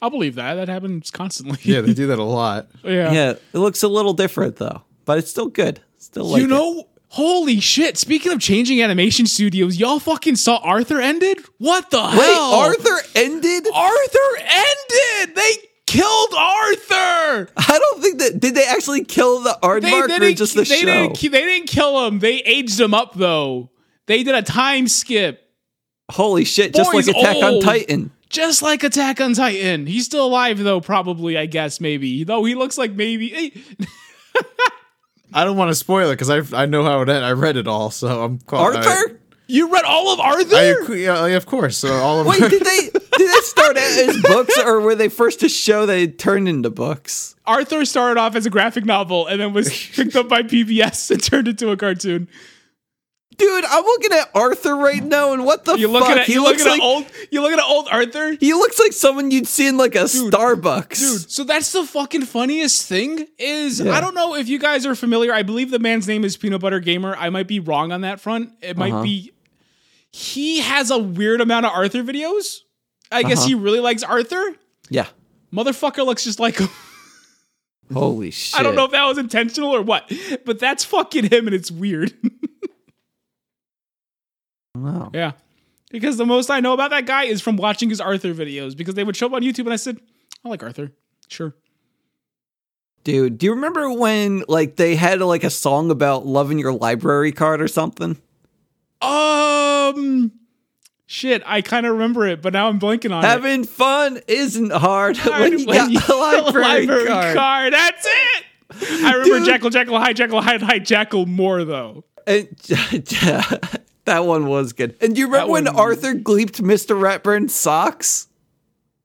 Speaker 3: I'll believe that. That happens constantly.
Speaker 2: yeah, they do that a lot.
Speaker 3: Yeah.
Speaker 1: Yeah, it looks a little different though, but it's still good. Still like
Speaker 3: you
Speaker 1: it.
Speaker 3: know, holy shit. Speaking of changing animation studios, y'all fucking saw Arthur ended? What the
Speaker 1: Wait,
Speaker 3: hell?
Speaker 1: Arthur ended?
Speaker 3: Arthur ended! They killed Arthur!
Speaker 1: I don't think that did they actually kill the
Speaker 3: They
Speaker 1: aardvark or
Speaker 3: didn't,
Speaker 1: just the
Speaker 3: they,
Speaker 1: show?
Speaker 3: Didn't, ki- they didn't kill him. They aged him up though. They did a time skip.
Speaker 1: Holy shit, just like
Speaker 3: Boy's
Speaker 1: Attack on
Speaker 3: old.
Speaker 1: Titan.
Speaker 3: Just like Attack on Titan. He's still alive though, probably, I guess, maybe. Though he looks like maybe eh,
Speaker 2: I don't want to spoil it because I I know how it ends. I read it all, so I'm caught.
Speaker 1: Arthur?
Speaker 3: You read all of Arthur?
Speaker 2: I, I- yeah, of course. So all of
Speaker 1: Wait, did they did that start out as books or were they first to show they turned into books?
Speaker 3: Arthur started off as a graphic novel and then was picked up by PBS and turned into a cartoon.
Speaker 1: Dude, I'm looking at Arthur right now, and what the
Speaker 3: You're
Speaker 1: fuck?
Speaker 3: looking at
Speaker 1: he
Speaker 3: you
Speaker 1: looks like
Speaker 3: looking at old you looking at old Arthur.
Speaker 1: he looks like someone you'd see in like a Starbucks.
Speaker 3: Dude, so that's the fucking funniest thing is I don't know if you guys are familiar. I believe the man's name is Peanut Butter Gamer. I might be wrong on that front. It might be Uh-huh. he has a weird amount of Arthur videos. I guess he really likes Arthur.
Speaker 1: Yeah,
Speaker 3: Motherfucker looks just like him.
Speaker 1: Holy shit.
Speaker 3: I don't know if that was intentional or what, but that's fucking him and it's weird.
Speaker 1: Wow.
Speaker 3: yeah. Because the most I know about that guy is from watching his Arthur videos because they would show up on YouTube and I said, I like Arthur. Sure.
Speaker 1: Dude, do you remember when like they had like a song about loving your library card or something?
Speaker 3: Um shit, I kind of remember it, but now I'm blanking on it.
Speaker 1: Having fun isn't hard
Speaker 3: Hard
Speaker 1: when you got
Speaker 3: you
Speaker 1: the library, card.
Speaker 3: That's it. I remember
Speaker 1: Dude.
Speaker 3: Jackal, Jackal, High, Jackal, High, High, Jackal more though.
Speaker 1: And, that one was good. And do you remember when
Speaker 3: one-
Speaker 1: Arthur gleeped Mr. Ratburn's socks?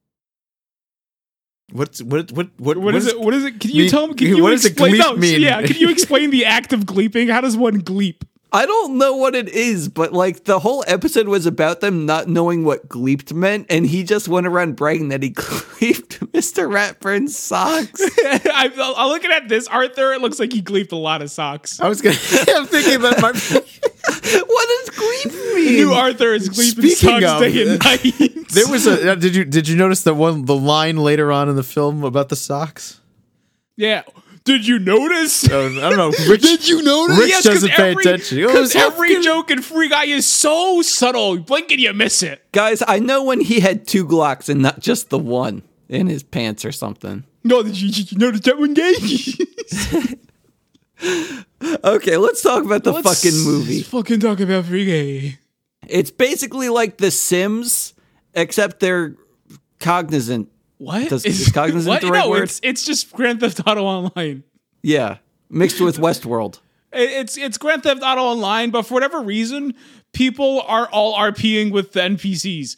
Speaker 2: What's what what what
Speaker 3: what is, it? What is it? Can you
Speaker 2: mean-
Speaker 3: tell me? Can you
Speaker 2: what does a
Speaker 3: explain?
Speaker 2: gleep
Speaker 3: no,
Speaker 2: mean?
Speaker 3: Yeah, can you explain the act of gleeping? How does one gleep?
Speaker 1: I don't know what it is, but like the whole episode was about them not knowing what gleeped meant, and he just went around bragging that he gleeped Mr. Ratburn's socks.
Speaker 3: I'm, I'm looking at this Arthur. It looks like he gleeped a lot of socks.
Speaker 2: I was gonna. I'm thinking that might.
Speaker 1: what does gleep mean?
Speaker 3: New Arthur is gleeping
Speaker 2: Speaking
Speaker 3: socks
Speaker 2: of-
Speaker 3: day and night.
Speaker 2: There was a. uh, Did you did you notice that one the line later on in the film about the socks?
Speaker 3: yeah. Did you notice?
Speaker 2: Uh, I don't know. Rich,
Speaker 3: Did you notice?
Speaker 2: Rich
Speaker 3: Yes, 'cause
Speaker 2: doesn't pay
Speaker 3: every-
Speaker 2: attention. He
Speaker 3: Because
Speaker 2: goes,
Speaker 3: every joke in Free Guy is so subtle. You Blink and you miss it.
Speaker 1: Guys, I know when he had two Glocks and not just the one in his pants or something.
Speaker 3: No, did you, did you notice that one, gay?
Speaker 1: Okay, let's talk about the
Speaker 3: Let's-
Speaker 1: fucking movie.
Speaker 3: Let's fucking talk about Free Guy.
Speaker 1: It's basically like The Sims, except they're cognizant.
Speaker 3: What?
Speaker 1: Does- is cognizant the right
Speaker 3: no,
Speaker 1: word?
Speaker 3: It's, it's just Grand Theft Auto Online.
Speaker 1: Yeah, mixed with Westworld.
Speaker 3: It- It's it's Grand Theft Auto Online, but for whatever reason, people are all RPing with the NPCs.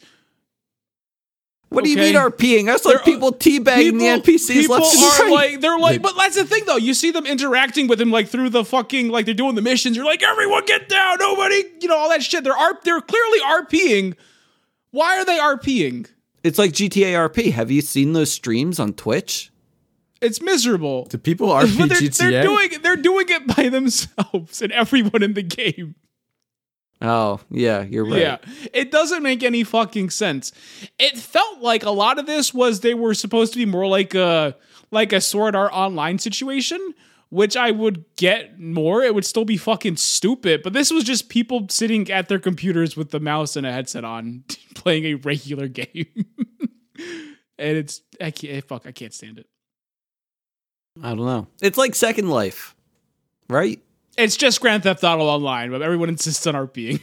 Speaker 1: What do you
Speaker 3: Okay.
Speaker 1: mean RPing? That's like
Speaker 3: They're- uh,
Speaker 1: people teabagging the NPCs
Speaker 3: people
Speaker 1: left and
Speaker 3: are
Speaker 1: right.
Speaker 3: like they're like, but that's the thing though. You see them interacting with him like through the fucking like they're doing the missions. You're like, everyone get down, nobody, you know, all that shit. They're RP, they're clearly RPing. Why are they RPing?
Speaker 1: it's like GTA RP. Have you seen those streams on Twitch?
Speaker 3: It's miserable.
Speaker 2: Do people RP
Speaker 3: But they're,
Speaker 2: GTA?
Speaker 3: they're doing they're doing it by themselves and everyone in the game.
Speaker 1: Oh, yeah, you're right.
Speaker 3: Yeah. It doesn't make any fucking sense. It felt like a lot of this was they were supposed to be more like a like a sword art online situation, which I would get more. It would still be fucking stupid, but this was just people sitting at their computers with the mouse and a headset on playing a regular game. and it's I can't fuck, I can't stand it.
Speaker 1: I don't know. It's like Second Life, right?
Speaker 3: It's just Grand Theft Auto Online, but everyone insists on RPing.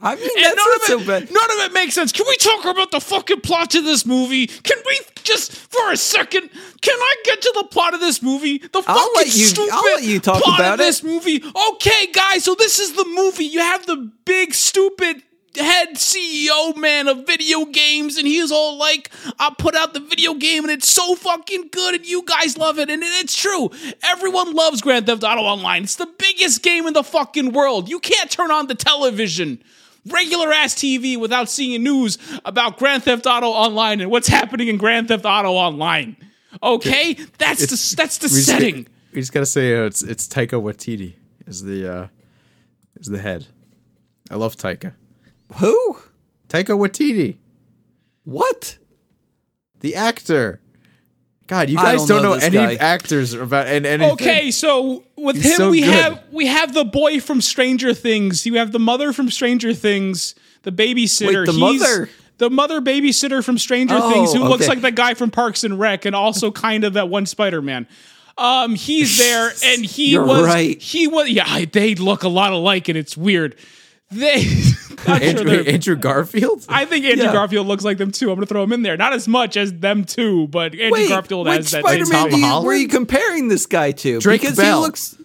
Speaker 1: I mean,
Speaker 3: And
Speaker 1: that's not
Speaker 3: none,
Speaker 1: so
Speaker 3: of it,
Speaker 1: bad.
Speaker 3: none of it makes sense. Can we talk about the fucking plot to this movie? Can we just for a second? Can I get to the plot of this movie? The fucking
Speaker 1: let you- I'll
Speaker 3: stupid
Speaker 1: let you talk
Speaker 3: plot
Speaker 1: about
Speaker 3: of
Speaker 1: it.
Speaker 3: this movie. Okay, guys, so this is the movie. You have the big stupid head CEO man of video games, and he is all like, "I put out the video game, and it's so fucking good, and you guys love it." And it- it's true. Everyone loves Grand Theft Auto Online. It's the biggest game in the fucking world. You can't turn on the television regular ass TV without seeing news about Grand Theft Auto Online and what's happening in Grand Theft Auto Online. Okay, that's the that's the
Speaker 2: We just
Speaker 3: setting.
Speaker 2: Gotta, we just gotta say uh, it's it's Taika Waititi is the uh, is the head. I love Taika.
Speaker 1: Who?
Speaker 2: Taika Waititi,
Speaker 1: What?
Speaker 2: the actor. God, you
Speaker 1: I
Speaker 2: guys
Speaker 1: don't
Speaker 2: don't
Speaker 1: know
Speaker 2: know,
Speaker 1: this
Speaker 2: any
Speaker 1: guy.
Speaker 2: actors about and anything.
Speaker 3: Okay, so with
Speaker 2: He's
Speaker 3: him
Speaker 2: so
Speaker 3: we
Speaker 2: good.
Speaker 3: have we have the boy from Stranger Things. You have the mother from Stranger Things, the babysitter.
Speaker 1: Wait, the
Speaker 3: He's-
Speaker 1: mother?
Speaker 3: the mother babysitter from Stranger
Speaker 1: Oh,
Speaker 3: Things, who looks
Speaker 1: okay.
Speaker 3: like that guy from Parks and Rec, and also kind of that one Spider Man. Um, he's there, and he
Speaker 1: You're
Speaker 3: was
Speaker 1: right.
Speaker 3: he was yeah. I- They look a lot alike, and it's weird. They, I'm sure
Speaker 2: Andrew,
Speaker 3: they're-
Speaker 2: Andrew Garfield.
Speaker 3: I think Andrew
Speaker 1: Yeah.
Speaker 3: Garfield looks like them too. I'm gonna throw him in there, not as much as them too, but Andrew
Speaker 1: Wait,
Speaker 3: Garfield
Speaker 1: which
Speaker 3: has that.
Speaker 1: Spider-Man
Speaker 2: Tom
Speaker 1: do you-
Speaker 2: Holland?
Speaker 1: were you comparing this guy to?
Speaker 2: Drake
Speaker 1: because
Speaker 2: Bell.
Speaker 1: he looks.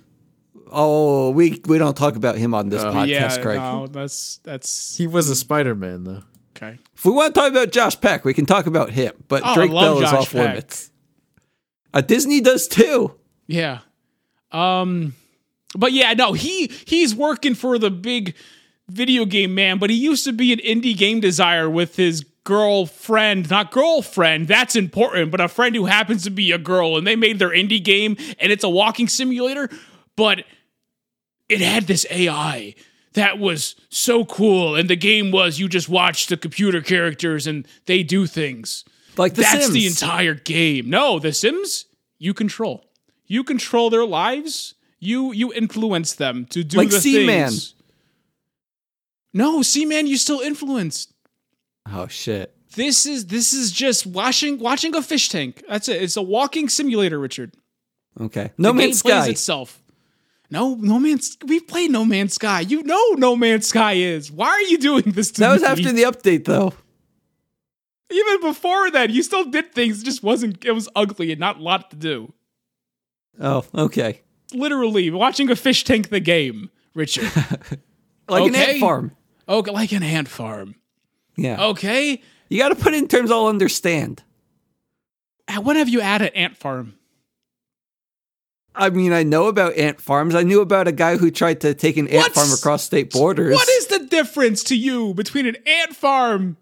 Speaker 1: Oh, we we don't talk about him on this podcast,
Speaker 3: Uh, yeah,
Speaker 1: Craig.
Speaker 3: no, that's that's
Speaker 2: he was a Spider Man though.
Speaker 3: Okay.
Speaker 1: If we want to talk about Josh Peck, we can talk about him. But
Speaker 3: Oh, I
Speaker 1: Drake
Speaker 3: love
Speaker 1: Bell is
Speaker 3: Josh
Speaker 1: off
Speaker 3: Peck.
Speaker 1: limits. Uh, Disney does too.
Speaker 3: Yeah. Um but yeah, no, he he's working for the big video game man, but he used to be an indie game designer with his girlfriend, not girlfriend, that's important, but a friend who happens to be a girl and they made their indie game and it's a walking simulator, but it had this AI that was so cool and the game was you just watch the computer characters and they do things.
Speaker 1: Like the
Speaker 3: That's
Speaker 1: Sims.
Speaker 3: the entire game. No, The Sims, you control. You control their lives. You you influence them to do
Speaker 1: Like
Speaker 3: the
Speaker 1: Seaman.
Speaker 3: things. No, Seaman, you still influenced.
Speaker 1: oh shit.
Speaker 3: This is this is just watching watching a fish tank. That's it. It's a walking simulator, Richard.
Speaker 1: Okay. No
Speaker 3: The game
Speaker 1: Man's
Speaker 3: plays
Speaker 1: Sky.
Speaker 3: itself. No, No Man's. We played No Man's Sky. You know No Man's Sky is. Why are you doing this to
Speaker 1: That was
Speaker 3: me?
Speaker 1: after the update though.
Speaker 3: Even before that, you still did things. It just wasn't. It was ugly and not a lot to do.
Speaker 1: Oh, okay.
Speaker 3: Literally watching a fish tank the game, Richard.
Speaker 1: Like an
Speaker 3: Okay. Oh.
Speaker 1: ant farm.
Speaker 3: okay, like an ant farm.
Speaker 1: Yeah.
Speaker 3: Okay,
Speaker 1: You got to put it in terms I'll understand.
Speaker 3: when Uh, have you had an ant farm?
Speaker 1: I mean, I know about ant farms. I knew about a guy who tried to take an ant
Speaker 3: What's-
Speaker 1: farm across state borders.
Speaker 3: What is the difference to you between an ant farm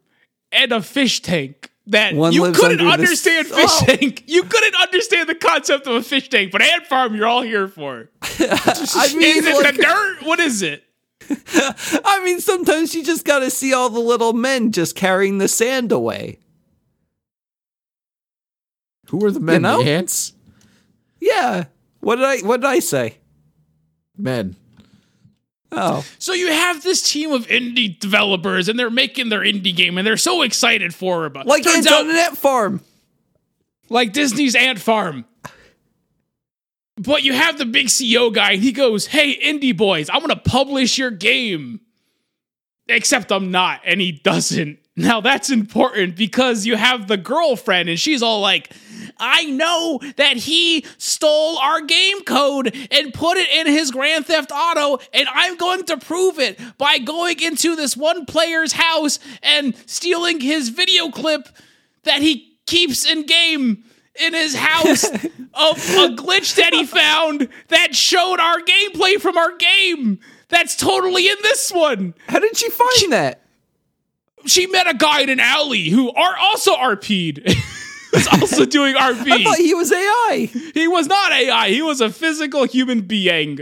Speaker 3: and a fish tank? That
Speaker 1: One
Speaker 3: you
Speaker 1: lives
Speaker 3: couldn't
Speaker 1: under the s-
Speaker 3: understand fish
Speaker 1: Oh.
Speaker 3: tank. You couldn't understand the concept of a fish tank, but ant farm you're all here for.
Speaker 1: I mean,
Speaker 3: Is it
Speaker 1: like-
Speaker 3: the dirt? What is it?
Speaker 1: I mean, sometimes you just got to see all the little men just carrying the sand away.
Speaker 2: Who are the men?
Speaker 1: know?
Speaker 2: The ants?
Speaker 1: Yeah. What did I what did I say?
Speaker 2: Men.
Speaker 1: Oh.
Speaker 3: So you have this team of indie developers, and they're making their indie game, and they're so excited for it. But
Speaker 1: Like
Speaker 3: turns
Speaker 1: ants
Speaker 3: out,
Speaker 1: on an ant farm.
Speaker 3: like Disney's Ant Farm. But you have the big CEO guy, and he goes, "Hey, indie boys, I'm gonna publish your game." Except I'm not, and he doesn't. Now that's important because you have the girlfriend, and she's all like, "I know that he stole our game code and put it in his Grand Theft Auto, and I'm going to prove it by going into this one player's house and stealing his video clip." that he keeps in game in his house of a glitch that he found that showed our gameplay from our game. That's totally in this one.
Speaker 1: How did you find that?
Speaker 3: She met a guy in an alley who are also RP'd. Is also doing
Speaker 1: I thought
Speaker 3: RP.
Speaker 1: he was AI.
Speaker 3: He was not AI. He was a physical human being.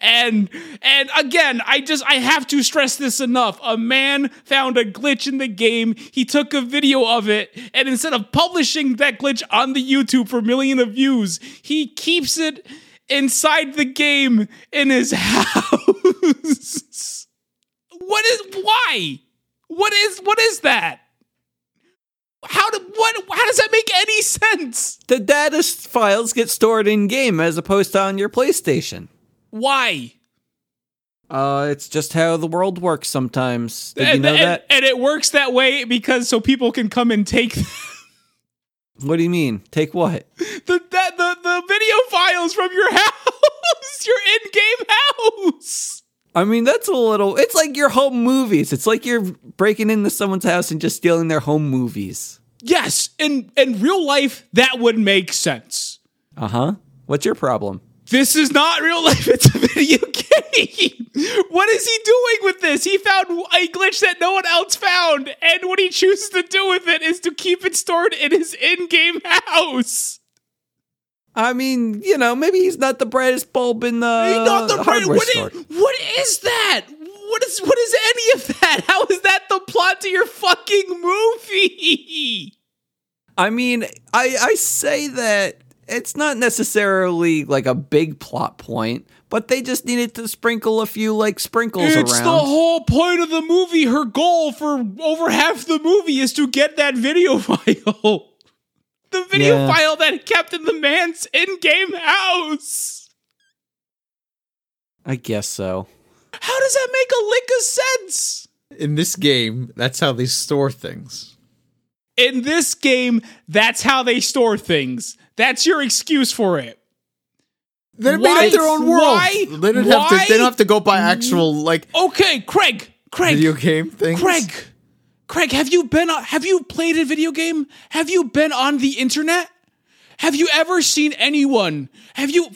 Speaker 3: And and again, I just I have to stress this enough. A man found a glitch in the game. He took a video of it and instead of publishing that glitch on the YouTube for million of views, he keeps it inside the game in his house. what is why? What is what is that? How do what how does that make any sense?
Speaker 1: The data s- files get stored in game as opposed to on your PlayStation.
Speaker 3: Why?
Speaker 1: Uh, it's just how the world works sometimes. Did you
Speaker 3: and,
Speaker 1: know
Speaker 3: and-
Speaker 1: that?
Speaker 3: and it works that way because so people can come and take the,
Speaker 1: What do you mean? Take what?
Speaker 3: the, the, the video files from your house, your in game house.
Speaker 1: I mean, that's a little. It's like your home movies. It's like you're breaking into someone's house and just stealing their home movies.
Speaker 3: Yes, in, in real life, that would make sense.
Speaker 1: Uh huh. What's your problem?
Speaker 3: This is not real life, it's a video game. What is he doing with this? He found a glitch that no one else found, and what he chooses to do with it is to keep it stored in his in game house.
Speaker 1: I mean, you know, maybe he's not the brightest bulb in Uh, the,
Speaker 3: Hey, not the right.
Speaker 1: hardware
Speaker 3: What
Speaker 1: store.
Speaker 3: is, what is that? What is what is any of that? How is that the plot to your fucking movie?
Speaker 1: I mean, I I say that it's not necessarily like a big plot point, but they just needed to sprinkle a few like sprinkles
Speaker 3: It's
Speaker 1: around.
Speaker 3: the whole point of the movie. Her goal for over half the movie is to get that video file. The video
Speaker 1: Yeah.
Speaker 3: file that he kept in the man's in-game house.
Speaker 1: I guess so.
Speaker 3: How does that make a lick of sense?
Speaker 2: In this game, that's how they store things.
Speaker 3: In this game, that's how they store things. That's your excuse for it.
Speaker 2: They made
Speaker 3: Why-
Speaker 2: up their own world.
Speaker 3: why-
Speaker 2: They don't have to. They
Speaker 3: why-
Speaker 2: don't have to go by actual like
Speaker 3: Okay, Craig. Craig.
Speaker 2: video game things.
Speaker 3: Craig, Craig, have you been? On, have you played a video game? Have you been on the internet? Have you ever seen anyone? Have you?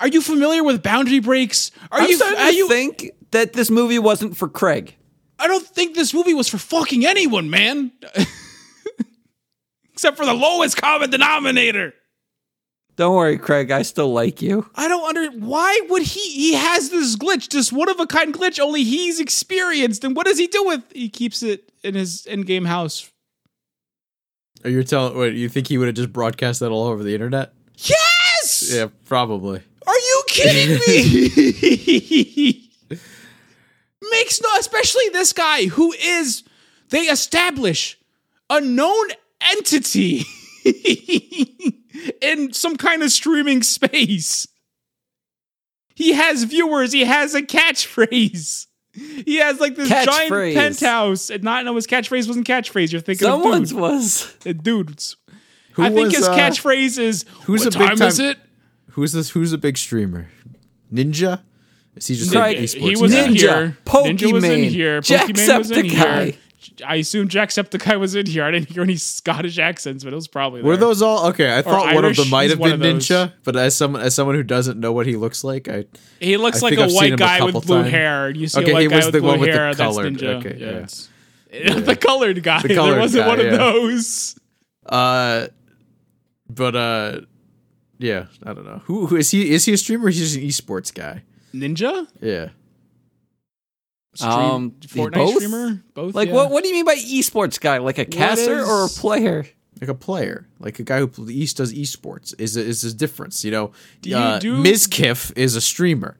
Speaker 3: Are you familiar with boundary breaks? Are
Speaker 1: I'm
Speaker 3: you?
Speaker 1: starting
Speaker 3: Are
Speaker 1: to
Speaker 3: you?
Speaker 1: think that this movie wasn't for Craig.
Speaker 3: I don't think this movie was for fucking anyone, man. Except for the lowest common denominator.
Speaker 1: Don't worry, Craig. I still like you.
Speaker 3: I don't under. Why would he? He has this glitch, this one of a kind glitch. Only he's experienced. And what does he do with? He keeps it in his in game house
Speaker 2: Are you telling? Wait, you think he would have just broadcast that all over the internet?
Speaker 3: Yes!
Speaker 2: Yeah, probably.
Speaker 3: Are you kidding me? Makes no, especially this guy who is, they establish a known entity in some kind of streaming space. He has viewers, he has a catchphrase. He has like this
Speaker 1: Catchphrase.
Speaker 3: giant penthouse, and not know his catchphrase wasn't catchphrase. You're thinking
Speaker 1: Someone's
Speaker 3: of
Speaker 1: was.
Speaker 3: dude. dudes. I think
Speaker 2: was,
Speaker 3: his
Speaker 2: uh,
Speaker 3: catchphrase is
Speaker 2: who's
Speaker 3: "What
Speaker 2: a big
Speaker 3: time, is
Speaker 2: time-
Speaker 3: it?"
Speaker 2: Who's this? Who's a big streamer? Ninja? Is he just
Speaker 1: Right,
Speaker 2: an esports
Speaker 3: he was
Speaker 2: guy?
Speaker 3: in
Speaker 1: Ninja,
Speaker 3: here. Ninja was in
Speaker 1: Pokemane,
Speaker 3: here. Pokemane was in here.
Speaker 1: Jacksepticeye.
Speaker 3: I assume Jacksepticeye was in here. I didn't hear any Scottish accents, but it was probably there.
Speaker 2: Were those all okay? I thought one of
Speaker 3: Irish,
Speaker 2: them might
Speaker 3: he's
Speaker 2: have
Speaker 3: one
Speaker 2: been
Speaker 3: of those.
Speaker 2: Ninja, but as someone as someone who doesn't know what he looks like, I
Speaker 3: He looks
Speaker 2: I
Speaker 3: like
Speaker 2: think
Speaker 3: a
Speaker 2: I've seen
Speaker 3: white
Speaker 2: him a
Speaker 3: guy with
Speaker 2: couple
Speaker 3: blue
Speaker 2: times.
Speaker 3: hair. You see
Speaker 2: Okay,
Speaker 3: a white
Speaker 2: he
Speaker 3: guy
Speaker 2: was
Speaker 3: with
Speaker 2: the
Speaker 3: blue
Speaker 2: one with the
Speaker 3: hair. that's
Speaker 2: colored-
Speaker 3: Ninja.
Speaker 2: okay, yeah.
Speaker 3: it's- the colored guy. there
Speaker 2: colored
Speaker 3: wasn't
Speaker 2: guy,
Speaker 3: one of
Speaker 2: yeah.
Speaker 3: those.
Speaker 2: uh but uh yeah, I don't know. Who, who is he is he a streamer or is he just an esports guy?
Speaker 3: Ninja?
Speaker 2: Yeah.
Speaker 3: Stream,
Speaker 1: Um,
Speaker 3: Fortnite
Speaker 1: both?
Speaker 3: streamer? Both?
Speaker 1: Like
Speaker 3: yeah.
Speaker 1: what? What do you mean by esports guy? Like a caster or a
Speaker 3: is-
Speaker 1: player?
Speaker 2: Like a player, like a guy who pl- East does esports is a, is a difference, you know.
Speaker 3: Do you
Speaker 2: uh,
Speaker 3: do-
Speaker 2: Ms. Kiff is a streamer.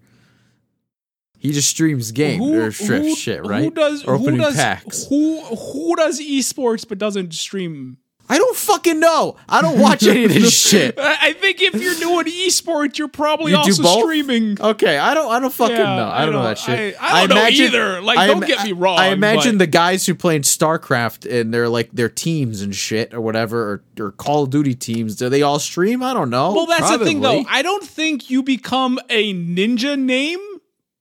Speaker 2: He just streams game or strips
Speaker 3: who-
Speaker 2: shit, right?
Speaker 3: Who does,
Speaker 2: or opening
Speaker 3: who does,
Speaker 2: packs.
Speaker 3: Who, who does esports but doesn't stream
Speaker 2: I don't fucking know. I don't watch any of this shit.
Speaker 3: I I think if you're doing esports, you're probably
Speaker 2: You do
Speaker 3: also
Speaker 2: both?
Speaker 3: streaming.
Speaker 2: Okay, I don't. I don't fucking
Speaker 3: Yeah,
Speaker 2: know. I
Speaker 3: I
Speaker 2: don't know
Speaker 3: don't-
Speaker 2: that shit.
Speaker 3: I- I don't know either. Like, don't get me wrong,
Speaker 2: I imagine
Speaker 3: but-
Speaker 2: the guys who played StarCraft and their like their teams and shit or whatever or, or Call of Duty teams. Do they all stream? I don't know.
Speaker 3: Well, that's the thing, though.
Speaker 2: Oh, Probably.
Speaker 3: I don't think you become a ninja name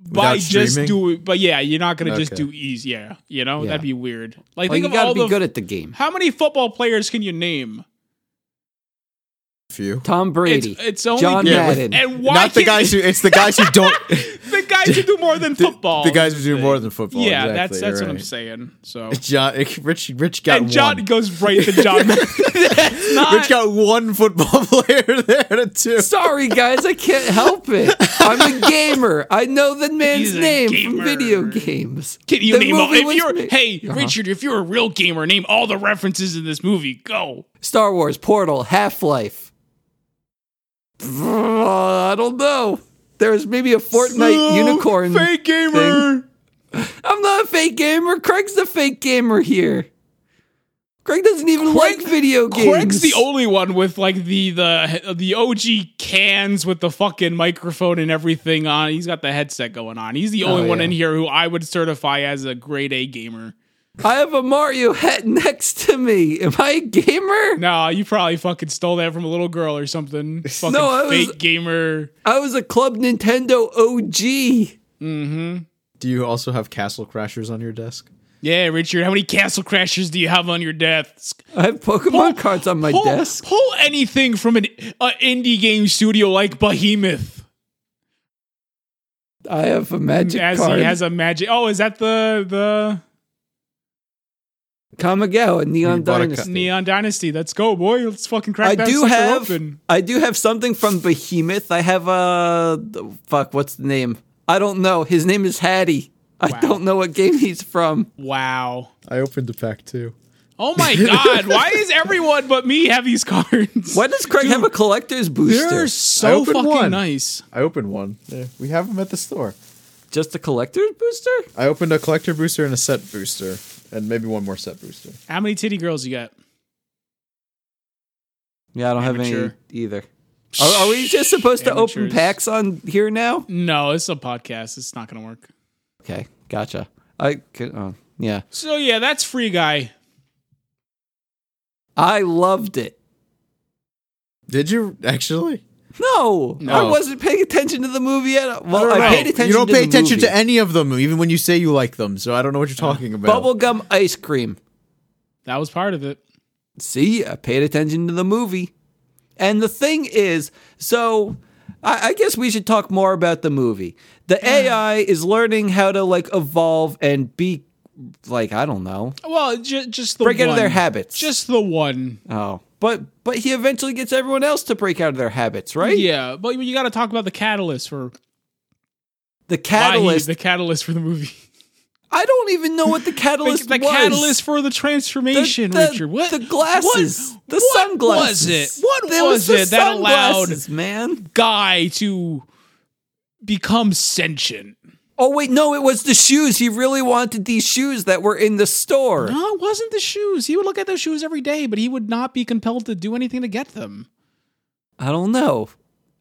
Speaker 3: by
Speaker 2: Without
Speaker 3: just
Speaker 2: streaming?
Speaker 3: doing. But yeah, you're not gonna just
Speaker 2: Okay.
Speaker 3: do ease. Yeah, you know
Speaker 2: Yeah.
Speaker 3: that'd be weird. Like
Speaker 1: Like
Speaker 3: think
Speaker 1: you
Speaker 3: of all
Speaker 1: gotta be
Speaker 3: the.
Speaker 1: good at the game.
Speaker 3: how many football players can you name?
Speaker 2: Few.
Speaker 1: Tom Brady.
Speaker 3: It's, it's only
Speaker 1: John
Speaker 2: Yeah, with-
Speaker 1: Madden.
Speaker 3: And why
Speaker 2: Not the
Speaker 3: can't-
Speaker 2: guys who. It's the guys who don't.
Speaker 3: the guys who do more than
Speaker 2: the,
Speaker 3: football.
Speaker 2: the guys who do more than football.
Speaker 3: yeah,
Speaker 2: exactly,
Speaker 3: that's that's
Speaker 2: you're
Speaker 3: what I'm
Speaker 2: right.
Speaker 3: saying. So
Speaker 2: John, Rich, Rich got
Speaker 3: and John
Speaker 2: one.
Speaker 3: goes right to John. That's not-
Speaker 2: Rich got one football player there to two.
Speaker 1: Sorry guys, I can't help it. I'm a gamer. I know the man's
Speaker 3: He's a
Speaker 1: name
Speaker 3: gamer.
Speaker 1: from video games.
Speaker 3: Can you
Speaker 1: The
Speaker 3: name all?
Speaker 1: movie
Speaker 3: If
Speaker 1: was
Speaker 3: you're
Speaker 1: ma-
Speaker 3: hey Richard, if you're a real gamer, name all the references in this movie. Go.
Speaker 1: Star Wars, Portal, Half Life. I don't know. There's maybe a Fortnite unicorn.
Speaker 3: fake gamer.
Speaker 1: I'm not a fake gamer. Craig's the fake gamer here. Craig doesn't even like video games.
Speaker 3: Craig's the only one with like the the the OG cans with the fucking microphone and everything on. He's got the headset going on. He's the only one
Speaker 1: Oh, yeah.
Speaker 3: in here who I would certify as a grade A gamer.
Speaker 1: I have a Mario hat next to me. Am I a gamer?
Speaker 3: Nah, you probably fucking stole that from a little girl or something. Fucking
Speaker 1: No, I was-
Speaker 3: fake gamer.
Speaker 1: I was a Club Nintendo OG.
Speaker 2: Do you also have Castle Crashers on your desk?
Speaker 3: Yeah, Richard, how many Castle Crashers do you have on your desk?
Speaker 1: I have Pokemon cards on my
Speaker 3: pull,
Speaker 1: desk.
Speaker 3: Pull anything from an uh, indie game studio like Behemoth,
Speaker 1: I have a magic
Speaker 3: as
Speaker 1: card.
Speaker 3: he has a magic. Oh, is that the the
Speaker 1: Kamigawa, Neon
Speaker 2: You bought a ca-
Speaker 1: Dynasty.
Speaker 3: Neon Dynasty? Let's go, boy! Let's fucking crack
Speaker 1: I
Speaker 3: that
Speaker 1: do
Speaker 3: sucker
Speaker 1: have
Speaker 3: open.
Speaker 1: I do have something from Behemoth. I have uh, the- fuck, what's the name? I don't know. His name is Hattie. I
Speaker 3: Wow.
Speaker 1: don't know what game he's from.
Speaker 3: Wow.
Speaker 2: I opened the pack too.
Speaker 3: Oh my god! Why is everyone but me have these cards?
Speaker 1: Why does Craig have a collector's booster?
Speaker 3: They're
Speaker 2: I
Speaker 3: so
Speaker 2: opened
Speaker 3: fucking
Speaker 2: one.
Speaker 3: nice.
Speaker 2: I opened one. We have them at the store.
Speaker 1: Just a collector's booster?
Speaker 2: I opened a collector booster and a set booster, and maybe one more set booster.
Speaker 3: How many titty girls you got?
Speaker 1: Yeah, I don't have
Speaker 3: Amateur.
Speaker 1: any either. Are, are we just supposed to open
Speaker 3: Amateurs.
Speaker 1: packs on here now?
Speaker 3: No, it's a podcast. It's not gonna work.
Speaker 1: Okay, gotcha. I could, oh, yeah,
Speaker 3: So yeah, that's free guy.
Speaker 1: I loved it.
Speaker 2: Did you actually?
Speaker 1: No, I
Speaker 3: No.
Speaker 1: wasn't paying attention to the movie at all. Well, I,
Speaker 3: know.
Speaker 1: paid attention.
Speaker 2: you don't
Speaker 1: to
Speaker 2: pay
Speaker 1: the
Speaker 2: attention
Speaker 1: movie.
Speaker 2: to any of them, even when you say you like them. So I don't know what you're talking about.
Speaker 1: bubblegum ice cream.
Speaker 3: That was part of it.
Speaker 1: See, I paid attention to the movie. And the thing is, so I, I guess we should talk more about the movie. The AI is learning how to like evolve and be like I don't know,
Speaker 3: Well, ju- just the
Speaker 1: break out of their
Speaker 3: one.
Speaker 1: habits.
Speaker 3: Just the one.
Speaker 1: oh, but but he eventually gets everyone else to break out of their habits, right?
Speaker 3: Yeah, but you got to talk about the catalyst for
Speaker 1: The
Speaker 3: why he's
Speaker 1: catalyst.
Speaker 3: the catalyst for the movie.
Speaker 1: I don't even know what the catalyst
Speaker 3: the
Speaker 1: was.
Speaker 3: catalyst for the transformation,
Speaker 1: The- the-
Speaker 3: Richard. What
Speaker 1: the glasses,
Speaker 3: what-
Speaker 1: the
Speaker 3: what
Speaker 1: sunglasses.
Speaker 3: was it? What
Speaker 1: There
Speaker 3: was,
Speaker 1: the
Speaker 3: it that allowed
Speaker 1: sunglasses, man?
Speaker 3: guy to become sentient?
Speaker 1: Oh wait, no, it was the shoes. He really wanted these shoes that were in the store.
Speaker 3: No, it wasn't the shoes. He would look at those shoes every day, but he would not be compelled to do anything to get them.
Speaker 1: I don't know.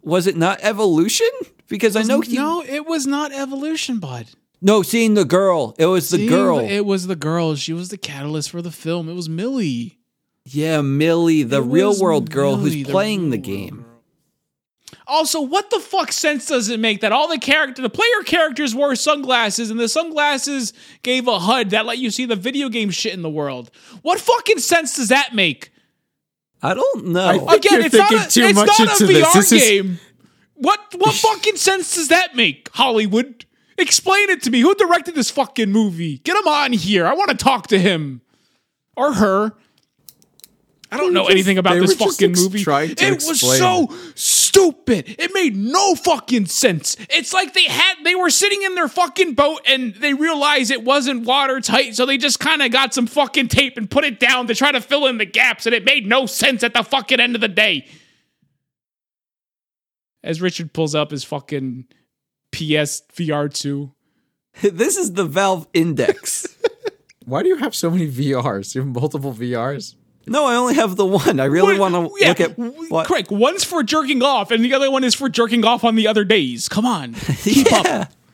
Speaker 1: Was it not evolution? Because I know he
Speaker 3: no, it was not evolution, bud.
Speaker 1: no seeing the girl. It was the
Speaker 3: Steve,
Speaker 1: girl.
Speaker 3: It was the girl. She was the catalyst for the film. It was Millie.
Speaker 1: yeah, Millie, the
Speaker 3: It
Speaker 1: real
Speaker 3: was
Speaker 1: world girl
Speaker 3: Millie,
Speaker 1: who's
Speaker 3: the
Speaker 1: playing the
Speaker 3: real world
Speaker 1: game.
Speaker 3: girl. Also, what the fuck sense does it make that all the character, the player characters wore sunglasses, and the sunglasses gave a HUD that let you see the video game shit in the world? What fucking sense does that make?
Speaker 1: I don't know.
Speaker 2: I think
Speaker 3: Again,
Speaker 2: you're
Speaker 3: it's not
Speaker 2: thinking
Speaker 3: a,
Speaker 2: too
Speaker 3: it's
Speaker 2: much
Speaker 3: not a
Speaker 2: into this.
Speaker 3: VR
Speaker 2: This is-
Speaker 3: game. What what fucking sense does that make, Hollywood? Explain it to me. Who directed this fucking movie? Get him on here. I want to talk to him or her. I don't know
Speaker 2: just-
Speaker 3: anything about
Speaker 2: they
Speaker 3: this
Speaker 2: were just
Speaker 3: fucking
Speaker 2: ex-
Speaker 3: movie.
Speaker 2: trying to
Speaker 3: it was
Speaker 2: explain.
Speaker 3: so stupid. It made no fucking sense. It's like they had they were sitting in their fucking boat and they realized it wasn't watertight, so they just kind of got some fucking tape and put it down to try to fill in the gaps, and it made no sense at the fucking end of the day. As Richard pulls up his fucking PS VR two.
Speaker 1: this is the Valve Index.
Speaker 2: Why do you have so many VRs? You have multiple VRs.
Speaker 1: no, I only have the one. I really want to
Speaker 3: Yeah,
Speaker 1: look at what.
Speaker 3: Correct. One's for jerking off, and the other one is for jerking off on the other days. Come on, keep
Speaker 1: Yeah.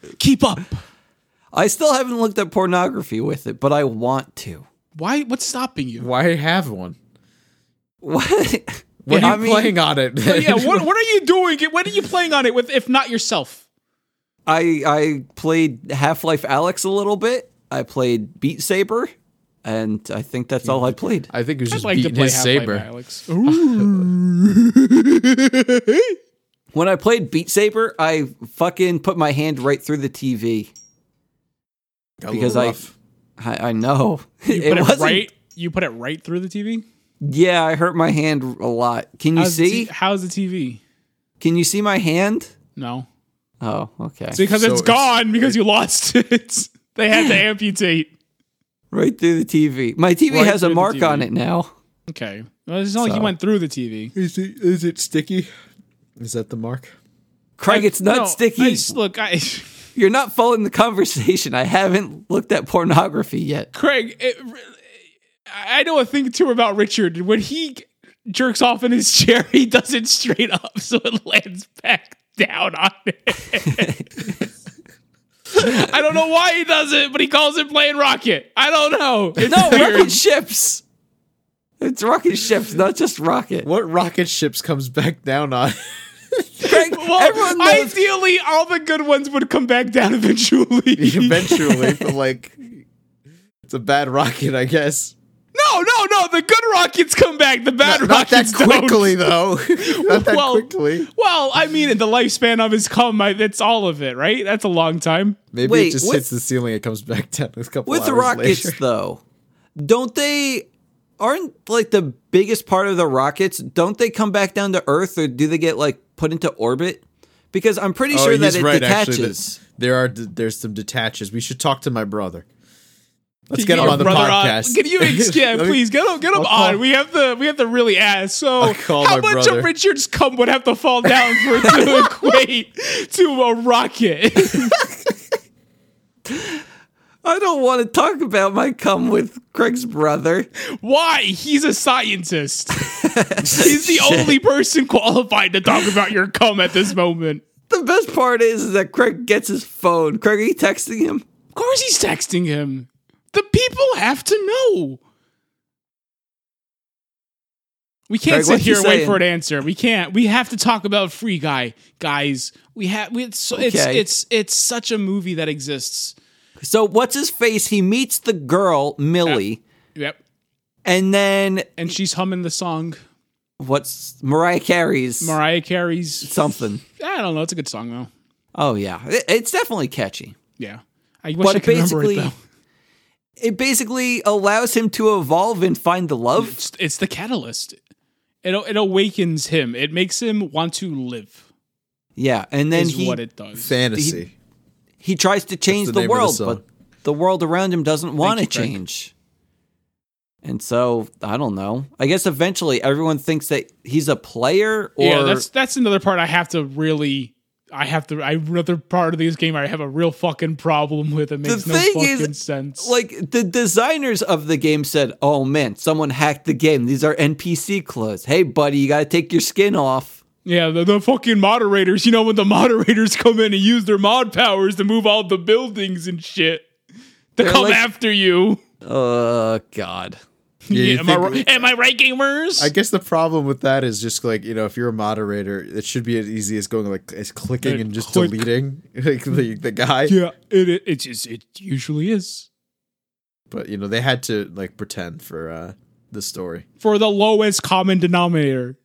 Speaker 3: up, keep up.
Speaker 1: I still haven't looked at pornography with it, but I want to.
Speaker 3: Why? What's stopping you?
Speaker 2: Why have one?
Speaker 1: What?
Speaker 2: What
Speaker 1: I
Speaker 2: are you
Speaker 1: mean,
Speaker 2: playing on it?
Speaker 3: yeah, what, what are you doing? What are you playing on it with, if not yourself?
Speaker 1: I I played Half Life Alex a little bit. I played Beat Saber, and I think that's all I played.
Speaker 2: I think it was just
Speaker 3: like to
Speaker 2: beating
Speaker 3: play
Speaker 2: his
Speaker 3: Half-Life,
Speaker 2: saber.
Speaker 3: Alex.
Speaker 1: When I played Beat Saber, I fucking put my hand right through the TV because I, I I know
Speaker 3: You put it, right. You put it right through the TV.
Speaker 1: Yeah, I hurt my hand a lot. Can you
Speaker 3: How's the
Speaker 1: see?
Speaker 3: t- how's the TV?
Speaker 1: Can you see my hand?
Speaker 3: No,
Speaker 1: Oh, okay.
Speaker 3: it's because
Speaker 2: So it's-
Speaker 3: it's gone. Because you lost it. they had to amputate.
Speaker 1: Right through the TV. My TV
Speaker 3: Right
Speaker 1: has a
Speaker 3: through the
Speaker 1: mark on
Speaker 3: TV.
Speaker 1: it now.
Speaker 3: Okay, well, it's not like you
Speaker 1: So-
Speaker 3: went through the TV.
Speaker 2: Is it is it sticky? Is that the mark?
Speaker 1: Craig, it's not
Speaker 3: No,
Speaker 1: sticky.
Speaker 3: I just- look, I.
Speaker 1: You're not following the conversation. I haven't looked at pornography yet.
Speaker 3: Craig, it, I know a thing or two about Richard. When he jerks off in his chair, he does it straight up, so it lands back down on it. I don't know why he does it, but he calls it playing rocket. I don't know. It's
Speaker 1: No, rocket
Speaker 3: weird.
Speaker 1: ships. It's rocket ships, not just rocket.
Speaker 2: What rocket ships comes back down on?
Speaker 1: Craig, everyone
Speaker 3: Well,
Speaker 1: knows.
Speaker 3: ideally, all the good ones would come back down eventually.
Speaker 2: Eventually, but like, it's a bad rocket, I guess.
Speaker 3: no, no, no. The good rockets come back. The bad
Speaker 2: Not that
Speaker 3: rockets don't.
Speaker 2: quickly, though. Not that quickly.
Speaker 3: Well, I mean, in the lifespan of his cum, I, that's all of it, right? That's a long time.
Speaker 2: Maybe
Speaker 1: Wait,
Speaker 2: it just
Speaker 1: with-
Speaker 2: hits the ceiling. It comes back down a couple
Speaker 1: with
Speaker 2: hours
Speaker 1: the rockets,
Speaker 2: later.
Speaker 1: though, don't they. Aren't like the biggest part of the rockets? Don't they come back down to Earth or do they get like put into orbit? Because I'm pretty
Speaker 2: Oh,
Speaker 1: sure that it detaches.
Speaker 2: that there are there's some detaches. We should talk to my brother. Let's get
Speaker 3: Can you
Speaker 2: him
Speaker 3: our
Speaker 2: on the
Speaker 3: brother on?
Speaker 2: podcast.
Speaker 3: Can you, ex- yeah,
Speaker 2: Let me-
Speaker 3: please get him, get him
Speaker 2: I'll call-
Speaker 3: on. We have the we have to really ask. So,
Speaker 2: I'll call
Speaker 3: how
Speaker 2: my
Speaker 3: much
Speaker 2: brother.
Speaker 3: of Richard's cum would have to fall down for it to equate to a rocket?
Speaker 1: I don't want to talk about my cum with Craig's brother.
Speaker 3: Why? He's a scientist. He's the only person qualified to talk about your cum at this moment.
Speaker 1: The best part is, is that Craig gets his phone. Craig, are you texting him?
Speaker 3: Of course, he's texting him. The people have to know. We can't
Speaker 1: Craig,
Speaker 3: sit
Speaker 1: what you
Speaker 3: here and wait
Speaker 1: saying?
Speaker 3: for an answer. We can't. We have to talk about Free Guy, guys. We have. We, it's, so it's
Speaker 1: Okay.
Speaker 3: it's it's such a movie that exists.
Speaker 1: So what's his face? He meets the girl Millie,
Speaker 3: Yep.
Speaker 1: and then
Speaker 3: And she's humming the song
Speaker 1: what's Mariah Carey's
Speaker 3: Mariah Carey's.
Speaker 1: something?
Speaker 3: I don't know. It's a good song though.
Speaker 1: Oh yeah, It- it's definitely catchy.
Speaker 3: Yeah. I wish
Speaker 1: But
Speaker 3: I
Speaker 1: it
Speaker 3: could remember it
Speaker 1: basically,
Speaker 3: though.
Speaker 1: it basically allows him to evolve and find the love.
Speaker 3: It's, it's the catalyst. It it awakens him. It makes him want to live.
Speaker 1: Yeah, and then
Speaker 3: Is
Speaker 1: he
Speaker 3: what it does.
Speaker 2: Fantasy.
Speaker 1: he tries to change
Speaker 2: the
Speaker 1: the,
Speaker 2: name of the
Speaker 1: world,
Speaker 2: song.
Speaker 1: but the world around him doesn't want to
Speaker 3: you, Craig.
Speaker 1: change. And so I don't know. I guess eventually everyone thinks that he's a player or
Speaker 3: yeah, that's that's another part I have to really. I have to. I another part of this game I have a real fucking problem with. It makes no fucking sense.
Speaker 1: like the designers of the game said, "Oh man, someone hacked the game. These are NPC clothes. Hey, buddy, you got to take your skin off."
Speaker 3: Yeah, the, the fucking moderators, you know, when the moderators come in and use their mod powers to move all the buildings and shit, they come
Speaker 1: like-
Speaker 3: after you.
Speaker 1: Oh God,
Speaker 2: Yeah, you
Speaker 3: am, I,
Speaker 2: think-
Speaker 3: ri- am I right, gamers?
Speaker 2: I guess the problem with that is just like you know, if you're a moderator, it should be as easy as going like as clicking
Speaker 3: Uh,
Speaker 2: and just
Speaker 3: click.
Speaker 2: deleting like the the guy.
Speaker 3: yeah, it, it, it, just, it usually is.
Speaker 2: But you know, they had to like pretend for uh the story.
Speaker 3: For the lowest common denominator.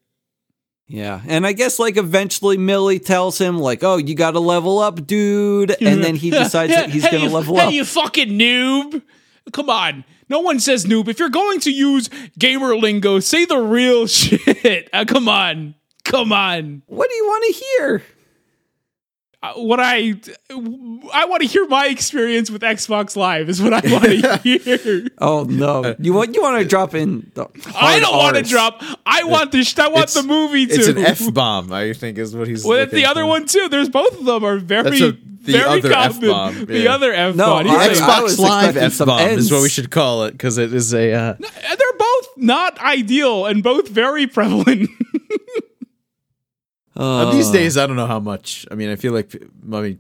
Speaker 1: yeah. And I guess like eventually Millie tells him like, "Oh, you got to level up, dude," and then he decides that he's
Speaker 3: Hey,
Speaker 1: going
Speaker 3: you-
Speaker 1: to level
Speaker 3: hey,
Speaker 1: up.
Speaker 3: you fucking noob. Come on. No one says noob. If you're going to use gamer lingo, say the real shit. Uh, come on. Come on.
Speaker 1: what do you want to hear?
Speaker 3: Uh, what I I want to hear my experience with Xbox Live is what I want to hear.
Speaker 1: Oh
Speaker 2: Uh,
Speaker 1: no, you want you want to drop in? The
Speaker 3: I
Speaker 1: hard
Speaker 3: don't want to
Speaker 1: Rs.
Speaker 3: drop. I want the sh- I want
Speaker 2: It's-
Speaker 3: the movie too.
Speaker 2: It's an f bomb, I think, is what he's.
Speaker 3: Well, that's the
Speaker 2: looking
Speaker 3: other
Speaker 2: for.
Speaker 3: one too. There's both of them are very
Speaker 2: That's a- the
Speaker 3: very
Speaker 2: other
Speaker 3: common.
Speaker 2: F-bomb,
Speaker 3: The
Speaker 2: yeah.
Speaker 3: other F
Speaker 1: No,
Speaker 3: bomb.
Speaker 1: I-
Speaker 3: He's like,
Speaker 1: I was
Speaker 2: Xbox Live
Speaker 1: expecting
Speaker 2: F
Speaker 1: some
Speaker 2: bomb is what we
Speaker 1: ends.
Speaker 2: should call it because it is a. Uh,
Speaker 3: "Uh, they're both not ideal and both very prevalent.
Speaker 1: Uh,
Speaker 2: these days, I don't know how much. I mean, I feel like I mean,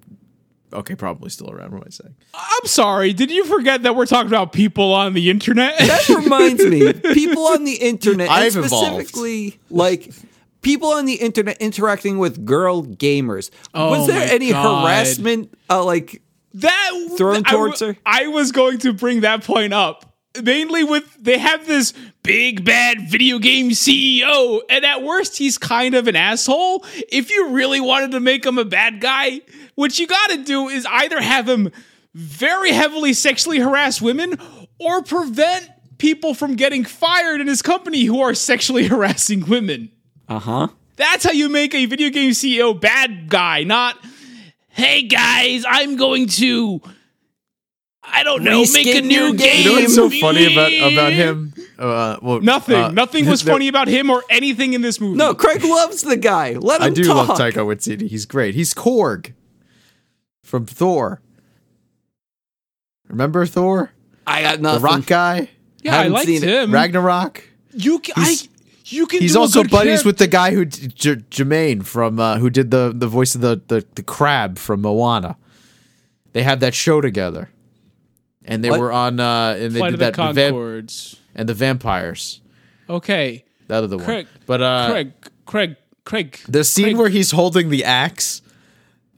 Speaker 2: okay, probably still around. What am I saying?
Speaker 3: I'm sorry. Did you forget that we're talking about people on the internet?
Speaker 1: That reminds me, people on the internet, and
Speaker 2: I've evolved.
Speaker 1: specifically like people on the internet interacting with girl gamers.
Speaker 3: Oh
Speaker 1: was there
Speaker 3: my
Speaker 1: any
Speaker 3: God.
Speaker 1: harassment? Uh, like,
Speaker 3: that
Speaker 1: Thrown
Speaker 3: I w-
Speaker 1: towards her?
Speaker 3: I was going to bring that point up. Mainly with they have this big bad video game CEO, and at worst he's kind of an asshole. If you really wanted to make him a bad guy, what you got to do is either have him very heavily sexually harass women or prevent people from getting fired in his company who are sexually harassing women.
Speaker 1: uh huh.
Speaker 3: That's how you make a video game CEO bad guy, not hey guys, I'm going to I don't know, make a
Speaker 1: Reskin
Speaker 3: new
Speaker 1: your
Speaker 3: game.
Speaker 1: game."
Speaker 2: You know what's so funny about about him? Uh, well,
Speaker 3: Nothing.
Speaker 2: uh,
Speaker 3: nothing was
Speaker 2: there-
Speaker 3: funny about him or anything in this movie.
Speaker 1: No, Craig loves the guy. Let him
Speaker 2: I do
Speaker 1: talk.
Speaker 2: love Taika Waititi. He's great. He's Korg from Thor. Remember Thor,
Speaker 1: I got
Speaker 2: the
Speaker 1: nothing.
Speaker 2: rock guy,
Speaker 3: yeah, I
Speaker 1: haven't
Speaker 3: liked
Speaker 1: seen it.
Speaker 3: him.
Speaker 2: Ragnarok.
Speaker 3: you can, I,
Speaker 2: He's-
Speaker 3: you can.
Speaker 2: He's
Speaker 3: do a
Speaker 2: also
Speaker 3: good
Speaker 2: buddies
Speaker 3: character.
Speaker 2: with the guy who d- J- Jermaine from uh, who did the the voice of the, the the crab from Moana. They had that show together, and they
Speaker 1: What?
Speaker 2: were on uh, and they
Speaker 3: Flight
Speaker 2: did
Speaker 3: of the
Speaker 2: that the vamp-
Speaker 3: Concords.
Speaker 2: and the vampires.
Speaker 3: Okay,
Speaker 2: The other one,
Speaker 3: Craig,
Speaker 2: but uh,
Speaker 3: Craig, Craig, Craig.
Speaker 2: The scene
Speaker 3: Craig-
Speaker 2: where he's holding the axe,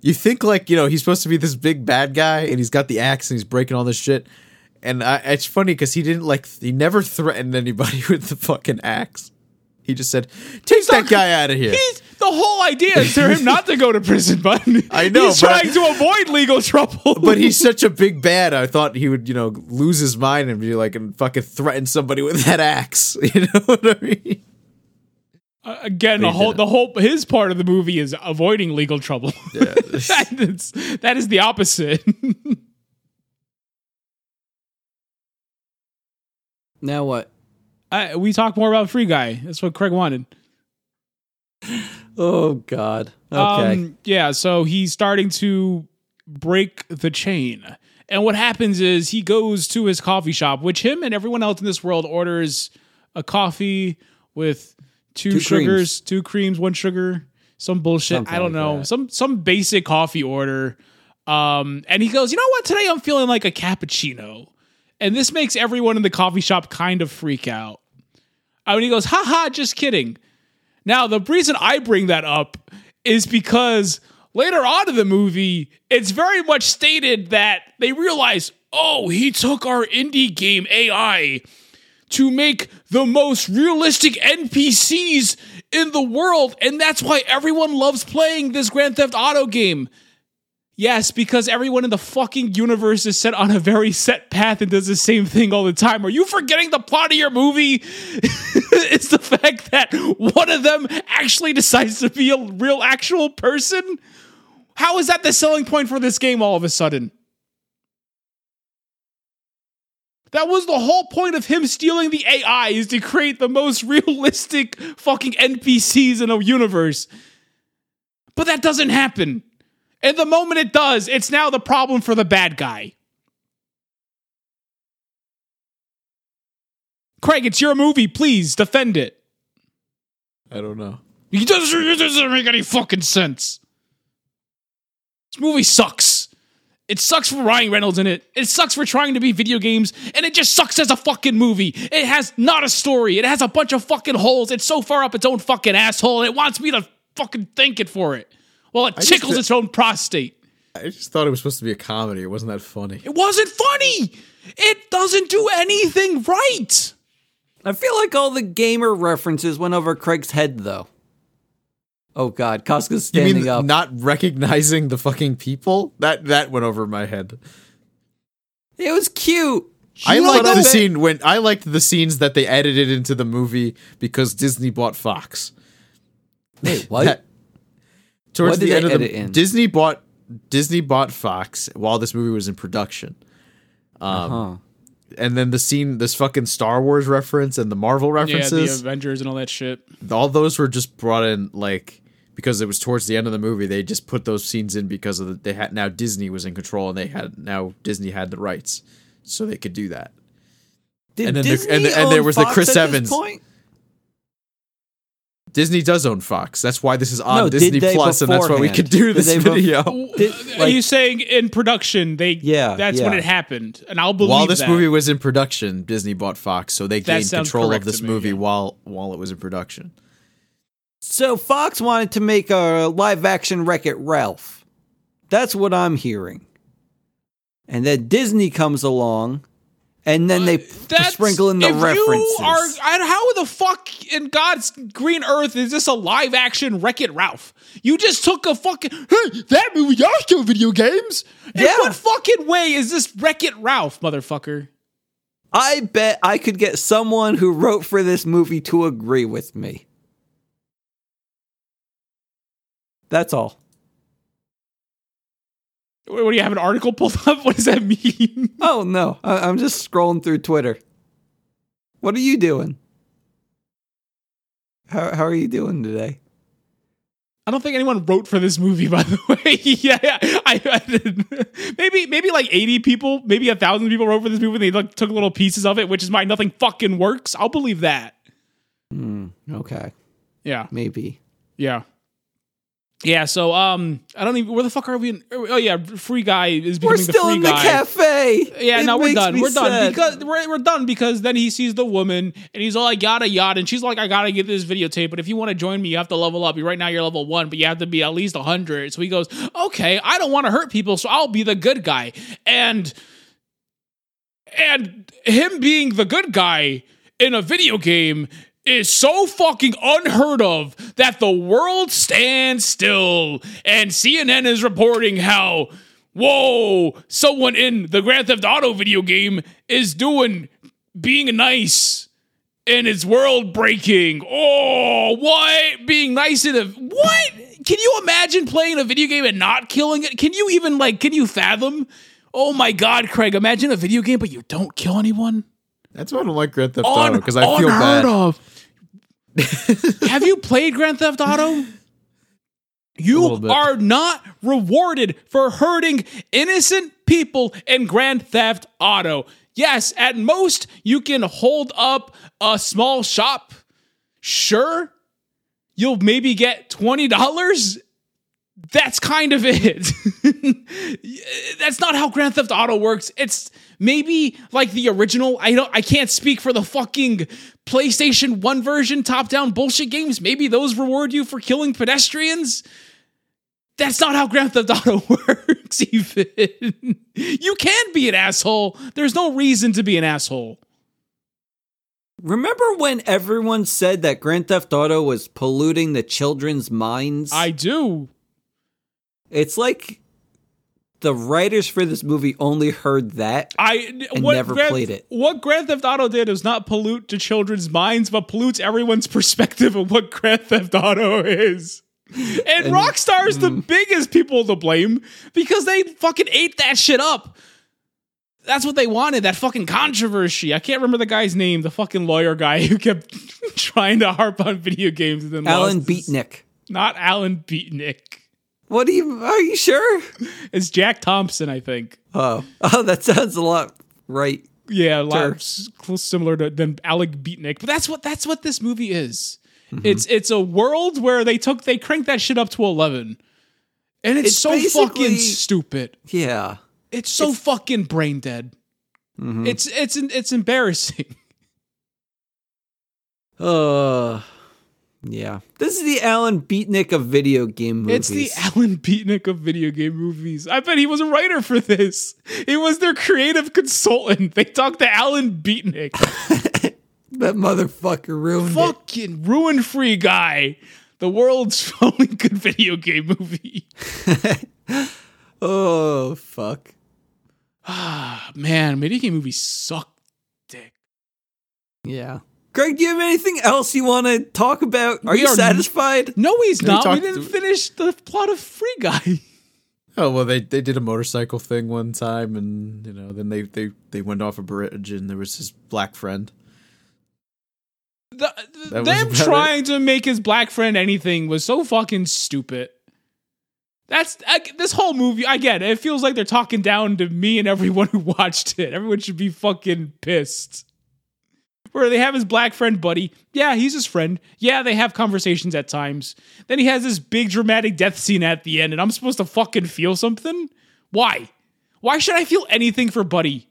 Speaker 2: you think like you know he's supposed to be this big bad guy, and he's got the axe and he's breaking all this shit. And I, it's funny because he didn't like he never threatened anybody with the fucking axe. He just said, "Take that
Speaker 3: not-
Speaker 2: guy out of here."
Speaker 3: He's, the whole idea is for him not to go to prison, but
Speaker 2: I know,
Speaker 3: he's
Speaker 2: but-
Speaker 3: trying to avoid legal trouble.
Speaker 2: But he's such a big bad. I thought he would you know lose his mind and be like and fucking threaten somebody with that axe. You know what I mean?
Speaker 3: Uh, again, the
Speaker 2: he
Speaker 3: whole
Speaker 2: didn't.
Speaker 3: the whole his part of the movie is avoiding legal trouble.
Speaker 2: Yeah.
Speaker 3: that, is, that is the opposite.
Speaker 1: Now what?
Speaker 3: I, we talk more about Free Guy. That's what Craig wanted.
Speaker 1: Oh God.
Speaker 3: Um,
Speaker 1: Okay.
Speaker 3: yeah, so he's starting to break the chain. And what happens is he goes to his coffee shop, which him and everyone else in this world orders a coffee with two,
Speaker 1: Two
Speaker 3: sugars,
Speaker 1: creams.
Speaker 3: two creams, one sugar, some bullshit.
Speaker 1: Something
Speaker 3: I don't
Speaker 1: like
Speaker 3: know.
Speaker 1: that.
Speaker 3: Some some basic coffee order. Um, and he goes, you know what? Today I'm feeling like a cappuccino. And this makes everyone in the coffee shop kind of freak out. I mean, he goes, haha, just kidding. Now, the reason I bring that up is because later on in the movie, it's very much stated that they realize, oh, he took our indie game AI to make the most realistic NPCs in the world, and that's why everyone loves playing this Grand Theft Auto game. Yes, because everyone in the fucking universe is set on a very set path and does the same thing all the time. Are you forgetting the plot of your movie? it's the fact that one of them actually decides to be a real, actual person? How is that the selling point for this game all of a sudden? That was the whole point of him stealing the AI is to create the most realistic fucking NPCs in a universe. But that doesn't happen. And the moment it does, it's now the problem for the bad guy. Craig, it's your movie. Please defend it.
Speaker 2: I don't know.
Speaker 3: It doesn't, it doesn't make any fucking sense. This movie sucks. It sucks for Ryan Reynolds in it. It sucks for trying to be video games, and it just sucks as a fucking movie. It has not a story. It has a bunch of fucking holes. It's so far up its own fucking asshole, and it wants me to fucking thank it for it. Well, it
Speaker 2: just
Speaker 3: tickles
Speaker 2: thi-
Speaker 3: its own prostate.
Speaker 2: I just thought it was supposed to be a comedy. It wasn't that funny.
Speaker 3: It wasn't funny. It doesn't do anything right.
Speaker 1: I feel like all the gamer references went over Craig's head, though. Oh God, Costco's
Speaker 2: You
Speaker 1: standing
Speaker 2: mean
Speaker 1: up.
Speaker 2: not recognizing the fucking people? That that went over my head.
Speaker 1: it was cute.
Speaker 2: I
Speaker 1: You know what
Speaker 2: liked the
Speaker 1: I'm saying?
Speaker 2: scene when I liked the scenes that they edited into the movie because Disney bought Fox.
Speaker 1: Wait, what?
Speaker 2: That-
Speaker 1: Oh, What did
Speaker 2: towards the
Speaker 1: they
Speaker 2: end of
Speaker 1: edit
Speaker 2: the
Speaker 1: in?
Speaker 2: Disney bought Disney bought Fox while this movie was in production. um,
Speaker 1: huh.
Speaker 2: And then the scene, this fucking Star Wars reference and the Marvel references,
Speaker 3: Avengers and all that shit.
Speaker 2: all those were just brought in like because it was towards the end of the movie. They just put those scenes in because of the, they had now Disney was in control and they had now Disney had the rights, so they could do that.
Speaker 1: Did
Speaker 2: and then the-
Speaker 1: Disney
Speaker 2: and the- and there
Speaker 1: own
Speaker 2: was the
Speaker 1: Fox
Speaker 2: Chris
Speaker 1: at this
Speaker 2: Evans.
Speaker 1: point?
Speaker 2: Disney does own Fox. That's why this is on
Speaker 1: No, did
Speaker 2: Disney
Speaker 1: they
Speaker 2: Plus, and that's why we
Speaker 1: beforehand?
Speaker 2: could do
Speaker 1: Did
Speaker 2: this
Speaker 1: they bef-
Speaker 2: video.
Speaker 1: Did-
Speaker 3: Are
Speaker 1: like-
Speaker 3: you saying in production they?
Speaker 1: Yeah,
Speaker 3: that's when
Speaker 1: yeah.
Speaker 3: it happened, and I'll believe
Speaker 2: while this
Speaker 3: that.
Speaker 2: movie was in production, Disney bought Fox, so they
Speaker 3: That
Speaker 2: gained
Speaker 3: sounds
Speaker 2: control of
Speaker 3: correct
Speaker 2: this
Speaker 3: to me,
Speaker 2: movie
Speaker 3: yeah.
Speaker 2: while while it was in production.
Speaker 1: So Fox wanted to make a live action Wreck It Ralph. That's what I'm hearing. And then Disney comes along, and then they
Speaker 3: Uh, That's,
Speaker 1: sprinkle in the
Speaker 3: if
Speaker 1: references.
Speaker 3: You are, I- how the fuck in God's green earth is this a live action Wreck It Ralph? You just took a fucking hey, that movie. I show video games. In
Speaker 1: Yeah.
Speaker 3: what fucking way is this Wreck It Ralph, motherfucker?
Speaker 1: I bet I could get someone who wrote for this movie to agree with me. That's all.
Speaker 3: What, what do you have an article pulled up? What does that mean?
Speaker 1: Oh no, I- I'm just scrolling through Twitter. What are you doing? How how are you doing today?
Speaker 3: I don't think anyone wrote for this movie, by the way. yeah, yeah. I, I didn't. maybe maybe like eighty people, maybe a thousand people wrote for this movie. and They like took little pieces of it, which is why nothing fucking works. I'll believe that.
Speaker 1: Okay,
Speaker 3: Yeah,
Speaker 1: maybe.
Speaker 3: yeah, yeah. So um, I don't even where the fuck are we? In, oh yeah, free guy is becoming
Speaker 1: We're
Speaker 3: the
Speaker 1: still
Speaker 3: free
Speaker 1: in the
Speaker 3: guy.
Speaker 1: cafe.
Speaker 3: Yeah,
Speaker 1: It
Speaker 3: no, we're
Speaker 1: makes
Speaker 3: done.
Speaker 1: me
Speaker 3: We're done
Speaker 1: sad.
Speaker 3: because we're, we're done because then he sees the woman and he's all like yada yada, and she's like, I gotta get this videotape. But if you want to join me, you have to level up. You right now you're level one, but you have to be at least hundred. So he goes, okay, I don't want to hurt people, so I'll be the good guy. And and him being the good guy in a video game is so fucking unheard of that the world stands still and CNN is reporting how whoa someone in the Grand Theft Auto video game is doing being nice and it's world breaking. Oh, what? Being nice in a what? Can you imagine playing a video game and not killing it? Can you even like can you fathom? Oh my god, Craig, imagine a video game but you don't kill anyone?
Speaker 2: That's why I don't like Grand Theft
Speaker 3: On,
Speaker 2: Auto because I feel
Speaker 3: unheard
Speaker 2: bad.
Speaker 3: of. Have you played Grand Theft Auto? You
Speaker 2: little bit.
Speaker 3: are not rewarded for hurting innocent people in Grand Theft Auto. Yes, at most you can hold up a small shop. Sure, you'll maybe get $20. That's kind of it. That's not how Grand Theft Auto works. It's maybe like the original. I don't I can't speak for the fucking PlayStation 1 version top-down bullshit games. Maybe those reward you for killing pedestrians that's not how Grand Theft Auto works, even. You can be an asshole. There's no reason to be an asshole.
Speaker 1: Remember when everyone said that Grand Theft Auto was polluting the children's minds?
Speaker 3: I do.
Speaker 1: It's like the writers for this movie only heard that.
Speaker 3: I
Speaker 1: And never
Speaker 3: Grand,
Speaker 1: played it.
Speaker 3: What Grand Theft Auto did is not pollute to children's minds, but pollutes everyone's perspective of what Grand Theft Auto is. And,
Speaker 1: mm.
Speaker 3: Rockstar's the biggest people to blame because they fucking ate that shit up. That's what they wanted. That fucking controversy. I can't remember the guy's name. The fucking lawyer guy who kept trying to harp on video games and then
Speaker 1: Alan
Speaker 3: lost his-
Speaker 1: Beatnik.
Speaker 3: Not Alan Beatnik.
Speaker 1: What do you? Are you sure?
Speaker 3: It's Jack Thompson, I think.
Speaker 1: Oh, oh, that sounds a lot right.
Speaker 3: Yeah, a lot
Speaker 1: Sure.
Speaker 3: s- close- similar to than Alec Beatnik, but that's what that's what this movie is.
Speaker 1: Mm-hmm.
Speaker 3: It's it's a world where they took they cranked that shit up to eleven, and it's,
Speaker 1: It's
Speaker 3: so fucking
Speaker 1: basically-
Speaker 3: stupid.
Speaker 1: Yeah.
Speaker 3: It's so fucking brain dead.
Speaker 1: Mm-hmm.
Speaker 3: It's it's it's embarrassing.
Speaker 1: Uh. Yeah. This is the Alan Beatnik of video game movies.
Speaker 3: It's the Alan Beatnik of video game movies. I bet he was a writer for this. He was their creative consultant. They talked to Alan Beatnik.
Speaker 1: that motherfucker ruined it.
Speaker 3: fucking ruin free guy. The world's only good video game movie.
Speaker 1: Oh fuck.
Speaker 3: Man, video game movies suck dick.
Speaker 1: Yeah. Greg, do you have anything else you want to talk about? Are
Speaker 3: We
Speaker 1: you
Speaker 3: are-
Speaker 1: satisfied?
Speaker 3: No, he's not.
Speaker 2: talked-
Speaker 3: we didn't finish the plot of Free Guy.
Speaker 2: Oh well, they they did a motorcycle thing one time, and you know, then they they they went off a bridge, and there was his black friend.
Speaker 3: The,
Speaker 2: That was
Speaker 3: them
Speaker 2: about it.
Speaker 3: trying to make his black friend anything was so fucking stupid. That's I, this whole movie. I get it. It feels like they're talking down to me and everyone who watched it. Everyone should be fucking pissed. Where they have his black friend buddy. Yeah, he's his friend. Yeah, they have conversations at times. Then he has this big dramatic death scene at the end, and I'm supposed to fucking feel something? Why? Why should I feel anything for Buddy?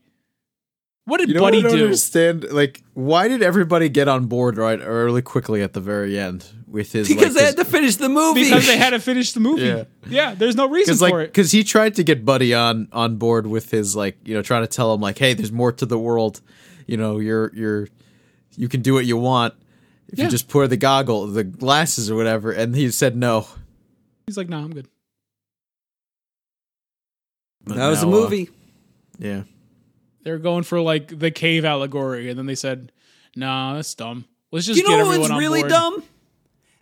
Speaker 3: What did
Speaker 2: You know
Speaker 3: Buddy
Speaker 2: what I don't
Speaker 3: do?
Speaker 2: understand? Like, why did everybody get on board right really quickly at the very end with his?
Speaker 1: Because
Speaker 2: like,
Speaker 1: they had
Speaker 2: his-
Speaker 1: to finish the movie.
Speaker 3: Because they had to finish the movie.
Speaker 2: Yeah.
Speaker 3: Yeah, there's no reason
Speaker 2: because
Speaker 3: for
Speaker 2: like
Speaker 3: it.
Speaker 2: because he tried to get Buddy on on board with his like you know trying to tell him like hey there's more to the world, you know you're you're you can do what you want if
Speaker 3: Yeah.
Speaker 2: you just pour the goggle the glasses or whatever and he said no.
Speaker 3: He's like, nah, I'm good.
Speaker 2: But
Speaker 1: that was a
Speaker 2: now, uh,
Speaker 1: movie.
Speaker 2: yeah,
Speaker 3: They're going for like the cave allegory, and then they said, nah, that's dumb. Let's just
Speaker 1: you
Speaker 3: get
Speaker 1: know
Speaker 3: everyone
Speaker 1: what's
Speaker 3: on
Speaker 1: really
Speaker 3: board.
Speaker 1: dumb?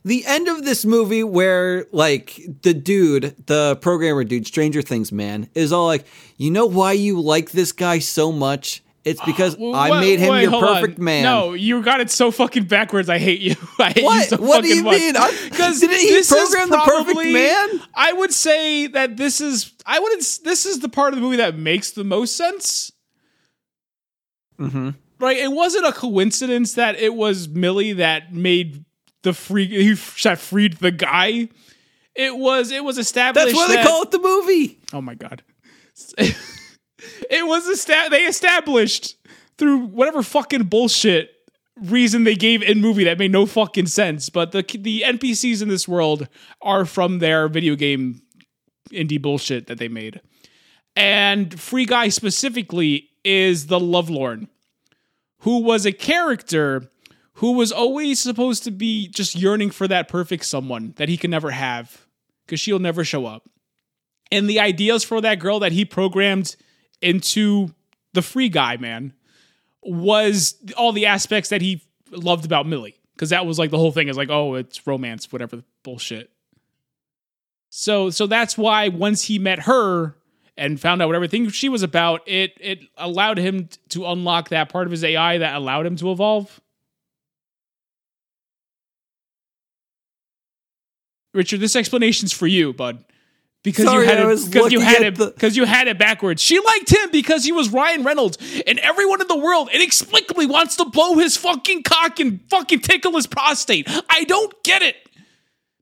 Speaker 1: The end of this movie where like the dude, the programmer dude, Stranger Things man, is all like, you know why you like this guy so much? It's because
Speaker 3: Well,
Speaker 1: I
Speaker 3: wait-
Speaker 1: made him
Speaker 3: wait,
Speaker 1: your
Speaker 3: hold on.
Speaker 1: perfect man.
Speaker 3: No, you got it so fucking backwards. I hate you. I hate
Speaker 1: What?
Speaker 3: you so
Speaker 1: What do
Speaker 3: fucking
Speaker 1: you
Speaker 3: much.
Speaker 1: mean? I- didn't he
Speaker 3: this is
Speaker 1: program the perfect
Speaker 3: probably-
Speaker 1: man?
Speaker 3: I would say that this is. I wouldn't. s- This is the part of the movie that makes the most sense.
Speaker 1: Mhm.
Speaker 3: Right. It wasn't a coincidence that it was Millie that made the free. He f- that freed the guy. It was. It was established.
Speaker 1: That's why they
Speaker 3: that-
Speaker 1: call it the movie.
Speaker 3: Oh my god. it was a stat they established through whatever fucking bullshit reason they gave in movie that made no fucking sense, but the the NPCs in this world are from their video game indie bullshit that they made. And Free Guy specifically is the Lovelorn, who was a character who was always supposed to be just yearning for that perfect someone that he can never have because she'll never show up and the ideas for that girl that he programmed into the free guy man was all the aspects that he loved about Millie because that was like the whole thing is like oh it's romance whatever the bullshit so so that's why once he met her and found out what everything she was about it it allowed him t- to unlock that part of his AI that allowed him to evolve Richard this explanation's for you bud because
Speaker 1: Sorry,
Speaker 3: you had
Speaker 1: I
Speaker 3: it
Speaker 1: was
Speaker 3: because you
Speaker 1: looking at
Speaker 3: had it
Speaker 1: the-
Speaker 3: because you had it backwards. She liked him because he was Ryan Reynolds, and everyone in the world inexplicably wants to blow his fucking cock and fucking tickle his prostate. I don't get it,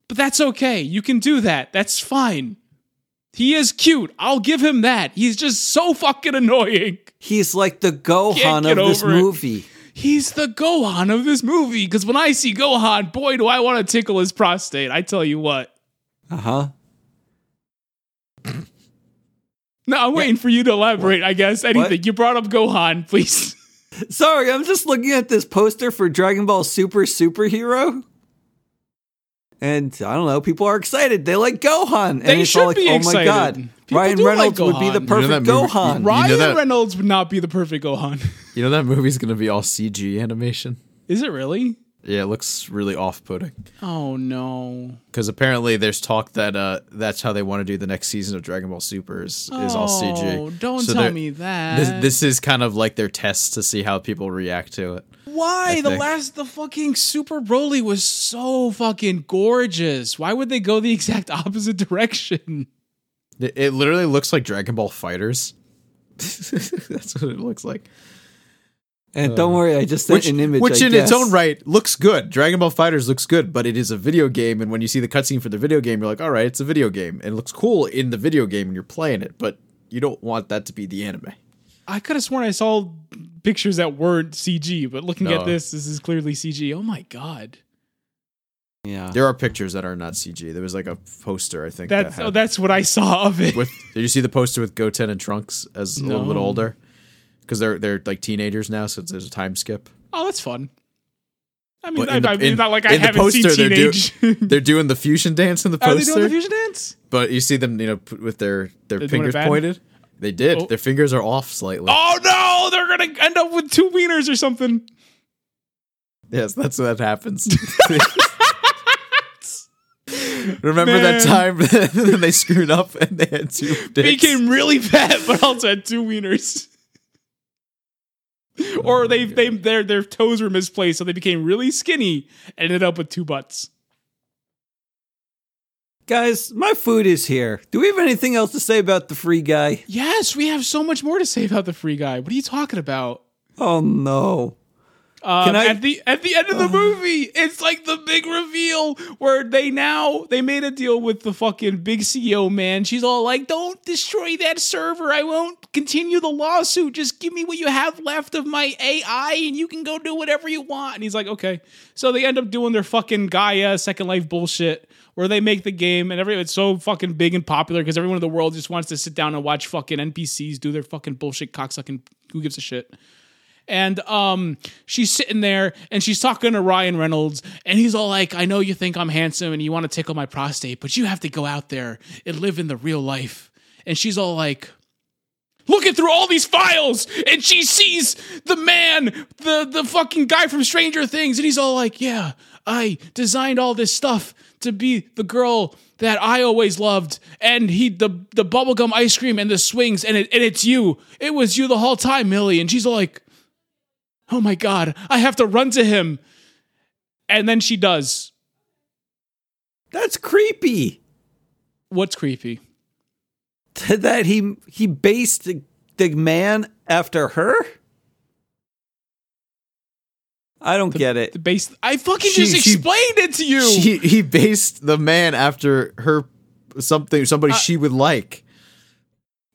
Speaker 3: but that's okay. You can do that. That's fine. He is cute. I'll give him that. He's just so fucking annoying.
Speaker 1: He's like the Gohan
Speaker 3: get
Speaker 1: of this
Speaker 3: over it.
Speaker 1: movie.
Speaker 3: He's the Gohan of this movie because when I see Gohan, boy, do I want to tickle his prostate. I tell you what.
Speaker 1: Uh huh.
Speaker 3: No, I'm waiting for you to elaborate. I guess anything you brought up Gohan, please.
Speaker 1: Sorry, I'm just looking at this poster for Dragon Ball Super Superhero. And I don't know, people are excited. They like Gohan. And
Speaker 3: They
Speaker 1: it's
Speaker 3: should
Speaker 1: all like,
Speaker 3: be
Speaker 1: oh my
Speaker 3: excited.
Speaker 1: god.
Speaker 3: People
Speaker 1: Ryan
Speaker 3: do like
Speaker 1: Reynolds would be the
Speaker 3: Gohan.
Speaker 1: perfect
Speaker 2: You know that movie-
Speaker 1: Gohan.
Speaker 2: Ro-
Speaker 3: Ryan
Speaker 2: that-
Speaker 3: Reynolds would not be the perfect Gohan.
Speaker 2: you know that movie's gonna be all CG animation.
Speaker 3: Is it really?
Speaker 2: Yeah, it looks really off-putting
Speaker 3: Oh no.
Speaker 2: because apparently there's talk that uh that's how they want to do the next season of Dragon Ball Super is, is all
Speaker 3: Oh,
Speaker 2: CG.
Speaker 3: don't
Speaker 2: So
Speaker 3: tell
Speaker 2: they're-
Speaker 3: me that.
Speaker 2: This, this is kind of like their test to see how people react to it.
Speaker 3: Why? The
Speaker 2: think.
Speaker 3: last, the fucking Super Broly was so fucking gorgeous. Why would they go the exact opposite direction?
Speaker 2: It, it literally looks like Dragon Ball Fighters. That's what it looks like.
Speaker 3: Uh,
Speaker 1: And don't worry, I just sent
Speaker 2: Which,
Speaker 1: an image.
Speaker 2: which
Speaker 1: I
Speaker 2: in its
Speaker 1: guess.
Speaker 2: own right looks good. Dragon Ball Fighters looks good, but it is a video game, and when you see the cutscene for the video game, you're like, all right, it's a video game. And it looks cool in the video game and you're playing it, but you don't want that to be the anime.
Speaker 3: I could have sworn I saw pictures that weren't CG, but looking
Speaker 2: No.
Speaker 3: at this, this is clearly CG. Oh my god.
Speaker 1: Yeah.
Speaker 2: There are pictures that are not CG. There was like a poster, I think.
Speaker 3: That's
Speaker 2: that
Speaker 3: oh,
Speaker 2: had-
Speaker 3: that's what I saw of it.
Speaker 2: with did you see the poster with Goten and Trunks as a little bit
Speaker 3: No.
Speaker 2: older? Because they're they're like teenagers now, so there's a time skip.
Speaker 3: Oh, that's fun. I mean,
Speaker 2: But
Speaker 3: I,
Speaker 2: in the-
Speaker 3: I mean,
Speaker 2: in-
Speaker 3: not like I
Speaker 2: in the
Speaker 3: haven't seen
Speaker 2: poster, they're do-
Speaker 3: teenage.
Speaker 2: They're doing the fusion dance in the
Speaker 3: Are they
Speaker 2: poster,
Speaker 3: doing the fusion dance?
Speaker 2: but you see them, you know, p- with their their
Speaker 3: They're doing it
Speaker 2: fingers
Speaker 3: bad?
Speaker 2: pointed. They did.
Speaker 3: Oh.
Speaker 2: Their fingers are off slightly.
Speaker 3: Oh no, they're gonna end up with two wieners or something.
Speaker 2: Yes, that's what happens. Remember that
Speaker 3: Man.
Speaker 2: time when they screwed up and they had two
Speaker 3: They
Speaker 2: dicks?
Speaker 3: Became really fat, but also had two wieners.
Speaker 2: Oh
Speaker 3: or they they their their toes were misplaced, so they became really skinny and ended up with two butts.
Speaker 1: Guys, my food is here. Do we have anything else to say about the free guy?
Speaker 3: Yes, we have so much more to say about the free guy. What are you talking about?
Speaker 1: Oh no.
Speaker 3: Um,
Speaker 1: Can I- Oh.
Speaker 3: at the at the end of the movie, it's like the big reveal where they now they made a deal with the fucking big CEO man. She's all like, "Don't destroy that server. I won't continue the lawsuit. Just give me what you have left of my AI, and you can go do whatever you want." And he's like, "Okay." So they end up doing their fucking Gaia Second Life bullshit, where they make the game, and every it's so fucking big and popular because everyone in the world just wants to sit down and watch fucking NPCs do their fucking bullshit cocksucking. Who gives a shit? and um, she's sitting there and she's talking to Ryan Reynolds, and he's all like, "I know you think I'm handsome and you want to tickle my prostate, but you have to go out there and live in the real life." And she's all like, looking through all these files, and she sees the man, the the fucking guy from Stranger Things, and he's all like, "Yeah, I designed all this stuff to be the girl." That I always loved, and he the the bubblegum ice cream and the swings, and it and it's you. It was you the whole time, Millie. And she's all like, oh my god i have to run to him and then she does
Speaker 1: That's creepy.
Speaker 3: what's creepy
Speaker 1: That he he based the, the man after her? I don't get it.
Speaker 3: the base i fucking
Speaker 2: She-
Speaker 3: just
Speaker 2: she-
Speaker 3: explained it to you
Speaker 2: She, he based the man after her something somebody she would like.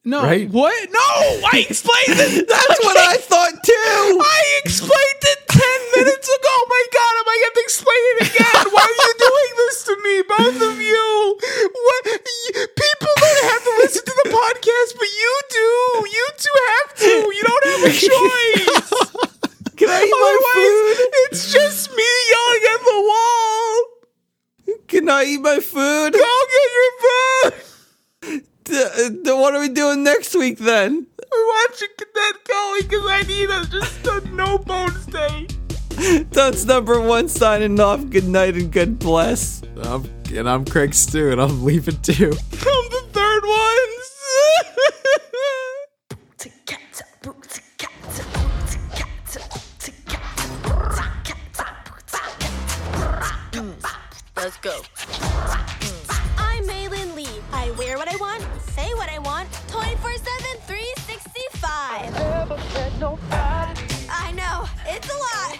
Speaker 3: no
Speaker 2: right?
Speaker 3: what no i explained it
Speaker 1: That's what I thought too.
Speaker 3: i explained it 10 minutes ago oh my god am i going to explain it again why are you doing this to me both of you what y- people don't have to listen to the podcast but you do you two have to you don't have a choice
Speaker 1: Can I eat my
Speaker 3: otherwise it's just me yelling at the wall
Speaker 1: food? Can I eat my food?
Speaker 3: Go get your food.
Speaker 1: D- uh, d- what are we doing next week then?
Speaker 3: We're watching Cadet Kelly because I need a just a no bones day.
Speaker 1: That's number one signing off. Good night and good bless.
Speaker 2: I'm, and I'm Craig Stew, and I'm leaving too.
Speaker 3: I'm the third ones.
Speaker 4: Let's go.
Speaker 5: I'm Maylin Lee. I wear what I want, say what I want, 24 7, 365. I know, it's a lot.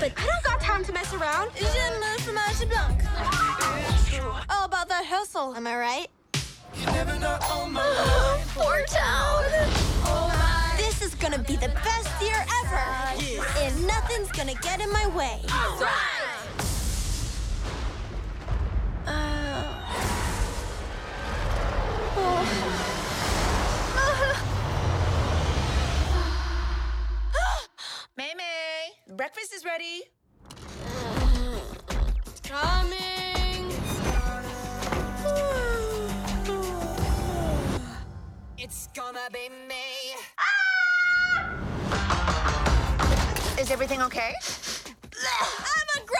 Speaker 5: But I don't got time to mess around. Je me fais ma chebank. All about that hustle, am I right? Poor town. This is gonna be the best year ever. And nothing's gonna get in my way.
Speaker 4: Uh. May May, breakfast is ready.
Speaker 5: Coming.
Speaker 4: It's gonna be May. Is everything okay?
Speaker 5: I'm a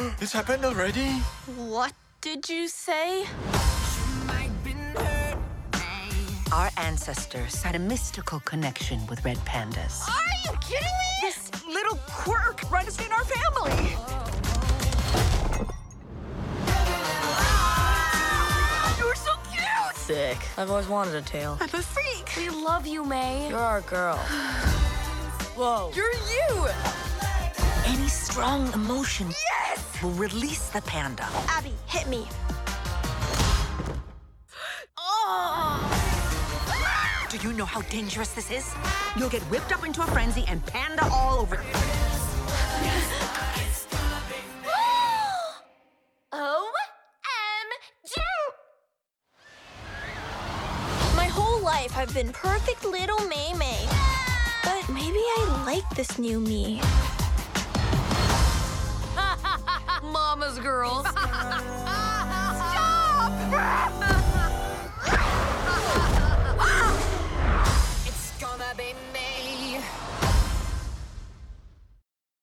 Speaker 5: Oh,
Speaker 6: This happened already?
Speaker 5: What did you say?
Speaker 7: Our ancestors had a mystical connection with red pandas.
Speaker 5: Are you kidding me? This little quirk runs in our family. You're so cute.
Speaker 7: Sick. I've always wanted a tail.
Speaker 5: I'm a freak. We love you, May.
Speaker 7: You're our girl. Whoa.
Speaker 5: You're you.
Speaker 7: Any strong emotion
Speaker 5: Yes.
Speaker 7: will release the panda.
Speaker 5: Abby, hit me. Oh.
Speaker 7: Do you know how dangerous this is? You'll get whipped up into a frenzy and panda all over.
Speaker 5: O M G. My whole life I've been perfect little May May. But maybe I like this new me. Mama's girls. Stop!